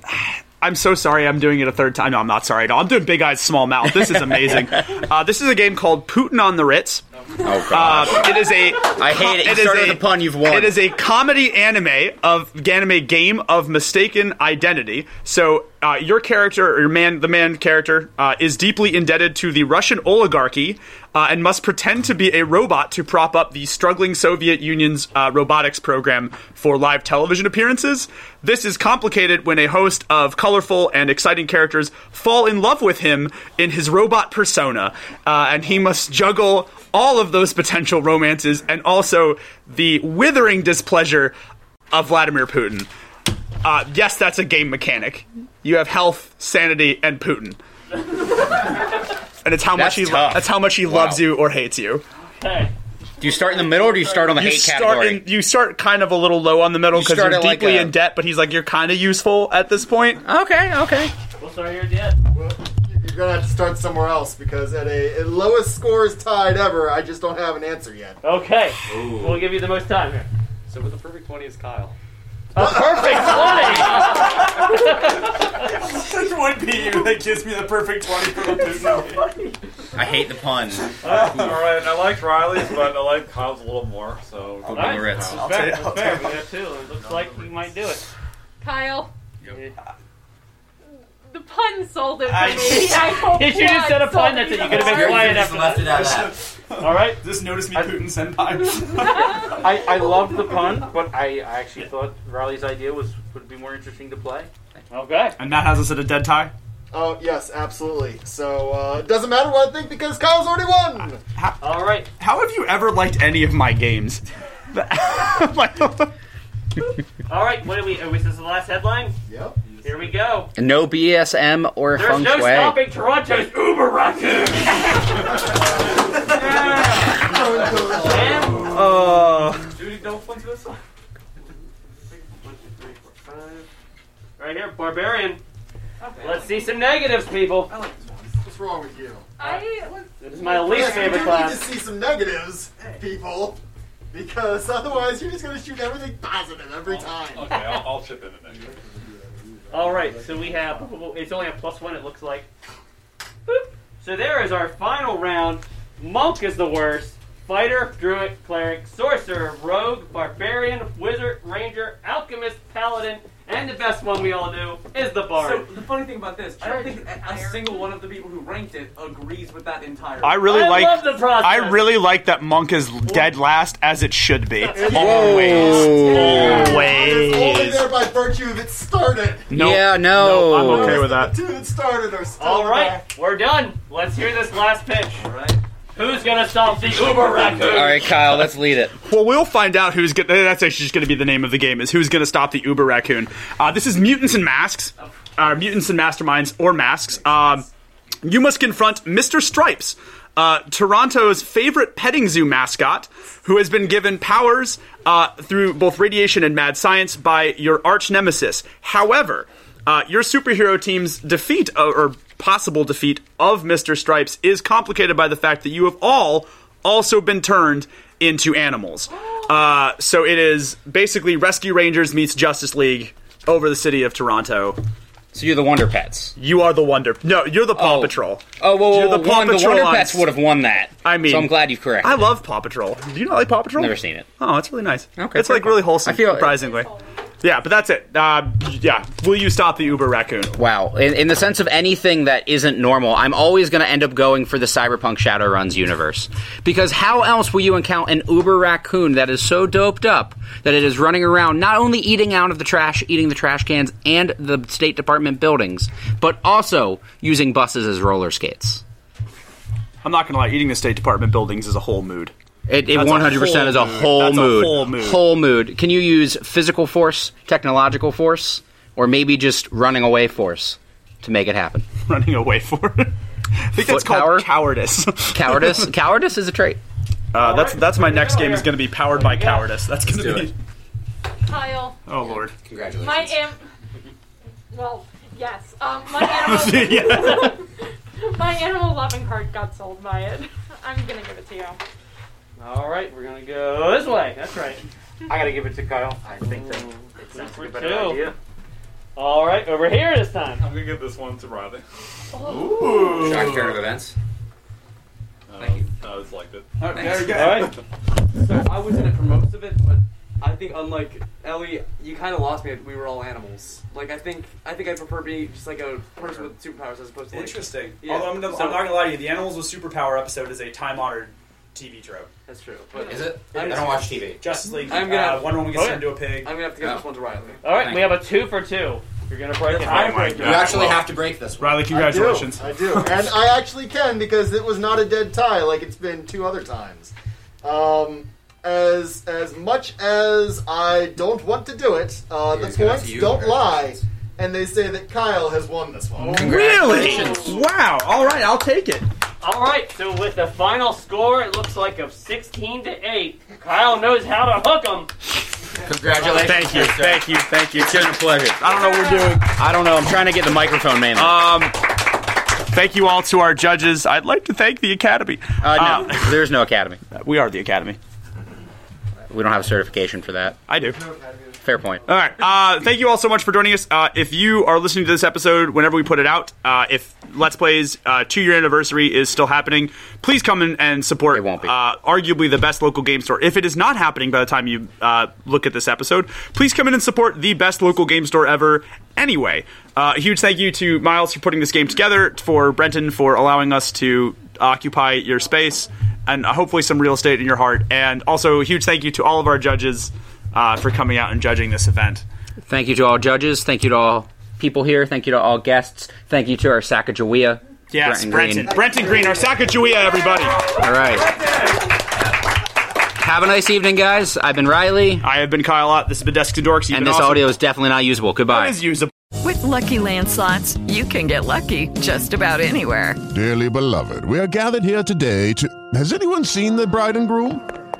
Speaker 2: I'm so sorry I'm doing it a third time. No, I'm not sorry at all. I'm doing Big Eyes Small Mouth. This is amazing. uh, this is a game called Putin on the Ritz.
Speaker 1: Oh,
Speaker 2: God. Uh, it is a.
Speaker 1: I hate it. You
Speaker 2: is
Speaker 1: started with a pun, you've won.
Speaker 2: It is a comedy anime of anime game of mistaken identity. So uh, your character, or your man, the man character, uh, is deeply indebted to the Russian oligarchy uh, and must pretend to be a robot to prop up the struggling Soviet Union's uh, robotics program for live television appearances. This is complicated when a host of colorful and exciting characters fall in love with him in his robot persona, uh, and he must juggle all of those potential romances and also the withering displeasure of Vladimir Putin. Uh, yes, that's a game mechanic. You have health, sanity, and Putin, and it's how
Speaker 1: That's
Speaker 2: much he
Speaker 1: tough.
Speaker 2: that's how much he loves
Speaker 1: Wow.
Speaker 2: you or hates you.
Speaker 3: Okay.
Speaker 1: Do you start in the middle or do you start on the
Speaker 2: you
Speaker 1: hate
Speaker 2: start
Speaker 1: category?
Speaker 2: In, you start kind of a little low on the middle
Speaker 1: You
Speaker 2: because
Speaker 1: start
Speaker 2: you're
Speaker 1: at like
Speaker 2: deeply
Speaker 1: a-
Speaker 2: in debt, but he's like you're kind of useful at this point.
Speaker 1: <laughs> Okay, okay.
Speaker 3: We'll start here at the end.
Speaker 6: You're gonna have to start somewhere else because at a at lowest scores tied ever, I just don't have an answer yet.
Speaker 3: Okay. We'll give you the most time here.
Speaker 7: So with the perfect twenty is Kyle.
Speaker 3: A perfect 20!
Speaker 8: There would be you that gives me the perfect 20 for this
Speaker 9: <laughs>
Speaker 8: movie.
Speaker 1: I hate the pun.
Speaker 9: All right, and I liked Riley's, but I like Kyle's a little more. So
Speaker 1: I'll go Ritz.
Speaker 9: Kyle.
Speaker 3: It's fair, it's fair. We got two. It looks like we might do it.
Speaker 5: Kyle. The pun sold it for me.
Speaker 3: <laughs>
Speaker 8: I-
Speaker 5: I hope
Speaker 3: Did you just
Speaker 5: not
Speaker 3: set a
Speaker 5: sold
Speaker 3: pun? That's it. You
Speaker 5: the
Speaker 3: could have been
Speaker 5: pun.
Speaker 3: quiet after that.
Speaker 7: Ah.
Speaker 3: All right.
Speaker 8: Just notice me Putin senpai.
Speaker 10: I, I loved the pun, but I, I actually thought Riley's idea was would be more interesting to play.
Speaker 3: Okay.
Speaker 2: <laughs> And that has us at a dead tie.
Speaker 6: Oh yes, absolutely. So uh, it doesn't matter what I think because Kyle's already won.
Speaker 3: All right.
Speaker 2: How have you ever liked any of my <laughs> games?
Speaker 3: All right. What are we? Are we? Is this the last headline?
Speaker 6: Yep.
Speaker 3: Here we go.
Speaker 1: No BSM or
Speaker 3: There's
Speaker 1: feng
Speaker 3: no
Speaker 1: shui.
Speaker 3: stopping Toronto's Uber Raccoon.
Speaker 2: Oh.
Speaker 7: Dude, don't point to this one.
Speaker 3: Right here, Barbarian. Let's see some negatives, people.
Speaker 6: Oh, What's wrong with you?
Speaker 5: I
Speaker 3: This is my least favorite
Speaker 6: You need to
Speaker 3: class.
Speaker 6: see some negatives, people, because otherwise you're just gonna shoot everything positive every time.
Speaker 9: Okay, I'll, I'll chip in a negative.
Speaker 3: All right, so we have. It's only a plus one. It looks like. Boop. So there is our final round. Monk is the worst. fighter, druid, cleric, sorcerer, rogue, barbarian, wizard, ranger, alchemist, paladin, and the best one we all do is the bard.
Speaker 7: So the funny thing about this, I don't think a, a single one of the people who ranked it agrees with that entirely.
Speaker 2: I really like.
Speaker 7: love the process.
Speaker 2: I really like that monk is dead last, as it should be. Always,
Speaker 6: Only
Speaker 2: always.
Speaker 6: there by virtue of it started.
Speaker 2: Nope.
Speaker 1: Yeah, no.
Speaker 2: Nope, I'm okay with that.
Speaker 6: Two that started are still
Speaker 3: All right, we're done. Let's hear this last pitch. All right. Who's gonna stop the Uber raccoon?
Speaker 1: All right, Kyle, let's lead it.
Speaker 2: Well, we'll find out who's going. That's actually just going to be the name of the game: is who's going to stop the Uber raccoon. Uh, this is mutants and masks, uh, mutants and masterminds or masks. Um, you must confront Mister Stripes, uh, Toronto's favorite petting zoo mascot, who has been given powers uh, through both radiation and mad science by your arch nemesis. However, uh, your superhero team's defeat uh, or possible defeat of Mr. Stripes is complicated by the fact that you have all also been turned into animals. Uh, so it is basically Rescue Rangers meets Justice League over the city of Toronto.
Speaker 1: So you're the Wonder Pets.
Speaker 2: You are the Wonder. No, you're the Paw Patrol.
Speaker 1: Oh, whoa, whoa,
Speaker 2: You're
Speaker 1: whoa.
Speaker 2: the Paw
Speaker 1: one, the
Speaker 2: Patrol
Speaker 1: Wonder
Speaker 2: on
Speaker 1: Pets would have won that.
Speaker 2: I mean-
Speaker 1: so I'm glad you corrected.
Speaker 2: I love Paw Patrol. Do you not like Paw Patrol?
Speaker 1: Never seen it.
Speaker 2: Oh, it's really nice.
Speaker 1: Okay,
Speaker 2: it's like
Speaker 1: fair.
Speaker 2: really wholesome.
Speaker 1: I feel-
Speaker 2: surprisingly. Yeah, but that's it. Uh, yeah, will you stop the Uber raccoon?
Speaker 1: Wow. In, in the sense of anything that isn't normal, I'm always going to end up going for the Cyberpunk Shadowruns universe. Because how else will you encounter an uber raccoon that is so doped up that it is running around not only eating out of the trash, eating the trash cans and the State Department buildings, but also using buses as roller skates?
Speaker 2: I'm not gonna lie. Eating the State Department buildings is a whole mood. <laughs>
Speaker 1: It, it
Speaker 2: That's a
Speaker 1: 100% is a whole
Speaker 2: That's
Speaker 1: mood.
Speaker 2: A whole mood.
Speaker 1: Whole mood. Can you use physical force, technological force, or maybe just running away force to make it happen?
Speaker 2: Running away force. <laughs> I think that's
Speaker 1: Foot power?
Speaker 2: called cowardice. <laughs>
Speaker 1: Cowardice. cowardice is a trait.
Speaker 2: Uh, that's that's my next game is going to be powered by cowardice. That's going to be.
Speaker 5: Kyle,
Speaker 2: <laughs> Oh lord! <laughs>
Speaker 5: my
Speaker 3: <laughs>
Speaker 5: am. Well, yes. Um, my animal.
Speaker 2: Yeah.
Speaker 5: <laughs> my animal loving card got sold by it. I'm gonna give it to you.
Speaker 3: All right, we're gonna go this way. That's right.
Speaker 10: I gotta give it to Kyle. I think that it sounds like a better
Speaker 3: two.
Speaker 10: idea.
Speaker 3: All right, over here this time.
Speaker 9: I'm gonna give this one to Riley.
Speaker 3: Ooh.
Speaker 11: Shock turn of events.
Speaker 9: Thank you. I always liked it.
Speaker 7: Uh, There you go. So I was in it for most of it, but I think unlike Ellie, you kind of lost me. if We were all animals. Like I think I think I prefer being just like a person with superpowers as opposed to like,
Speaker 8: Interesting.
Speaker 7: Yeah.
Speaker 8: Although I'm, gonna,
Speaker 7: So-
Speaker 8: I'm not gonna lie to you, the animals with superpower episode is a time honored TV trope.
Speaker 7: That's true. But
Speaker 11: Is it? I
Speaker 7: I'm-
Speaker 11: don't watch TV.
Speaker 8: Justice League.
Speaker 7: I'm gonna-
Speaker 8: uh, one woman gets
Speaker 7: Oh, yeah.
Speaker 8: turned into a pig.
Speaker 7: I'm gonna have to give
Speaker 11: No.
Speaker 7: this one to Riley.
Speaker 3: All right,
Speaker 11: Thank
Speaker 3: we have a two for two. You're gonna break it.
Speaker 6: I break
Speaker 11: You actually have to break this.
Speaker 2: Riley, congratulations.
Speaker 6: I do. I do. and I actually can because it was not a dead tie like it's been two other times. Um, as as much as I don't want to do it, uh,
Speaker 11: Yeah,
Speaker 6: the
Speaker 11: it's good
Speaker 6: points
Speaker 11: to you.
Speaker 6: don't lie, and they say that Kyle has won this one.
Speaker 2: Really? Wow! All right, I'll take it.
Speaker 3: All right, so with the final score, it looks like of 16 to 8, Kyle knows how to hook 'em.
Speaker 11: Congratulations.
Speaker 2: Thank you, thank you, thank you. It's been a pleasure. I don't know what we're doing.
Speaker 1: I don't know. I'm trying to get the microphone mainly.
Speaker 2: Um, thank you all to our judges. I'd like to thank the Academy.
Speaker 1: Uh, no, <laughs> there's no academy.
Speaker 2: Uh, we are the Academy.
Speaker 1: We don't have certification for that.
Speaker 2: I do.
Speaker 1: Fair point.
Speaker 2: All right. Uh, thank you all so much for joining us. Uh, if you are listening to this episode, whenever we put it out, uh, if Let's Play's uh, two year anniversary is still happening, please come in and support. It won't be. Uh, arguably the best local game store. If it is not happening by the time you uh, look at this episode, please come in and support the best local game store ever. Anyway, uh, a huge thank you to Miles for putting this game together, for Brenton for allowing us to occupy your space, and uh, hopefully some real estate in your heart. And also, a huge thank you to all of our judges uh, for coming out and judging this event.
Speaker 1: Thank you to all judges. Thank you to all people here. Thank you to all guests. Thank you to our Sacagawea.
Speaker 2: Yes,
Speaker 1: Brenton
Speaker 2: Brenton.
Speaker 1: Green.
Speaker 2: Brenton Green, our Sacagawea, everybody.
Speaker 1: All right. Have a nice evening, guys. I've been Riley,
Speaker 2: I have been Kyle Ott. This has been Desks and Dorks. You've
Speaker 1: and
Speaker 2: been
Speaker 1: this
Speaker 2: awesome.
Speaker 1: audio is definitely not usable. Goodbye.
Speaker 2: It is usable.
Speaker 14: With Lucky Land slots, you can get lucky just about anywhere.
Speaker 15: Dearly beloved, we are gathered here today to. Has anyone seen the bride and groom?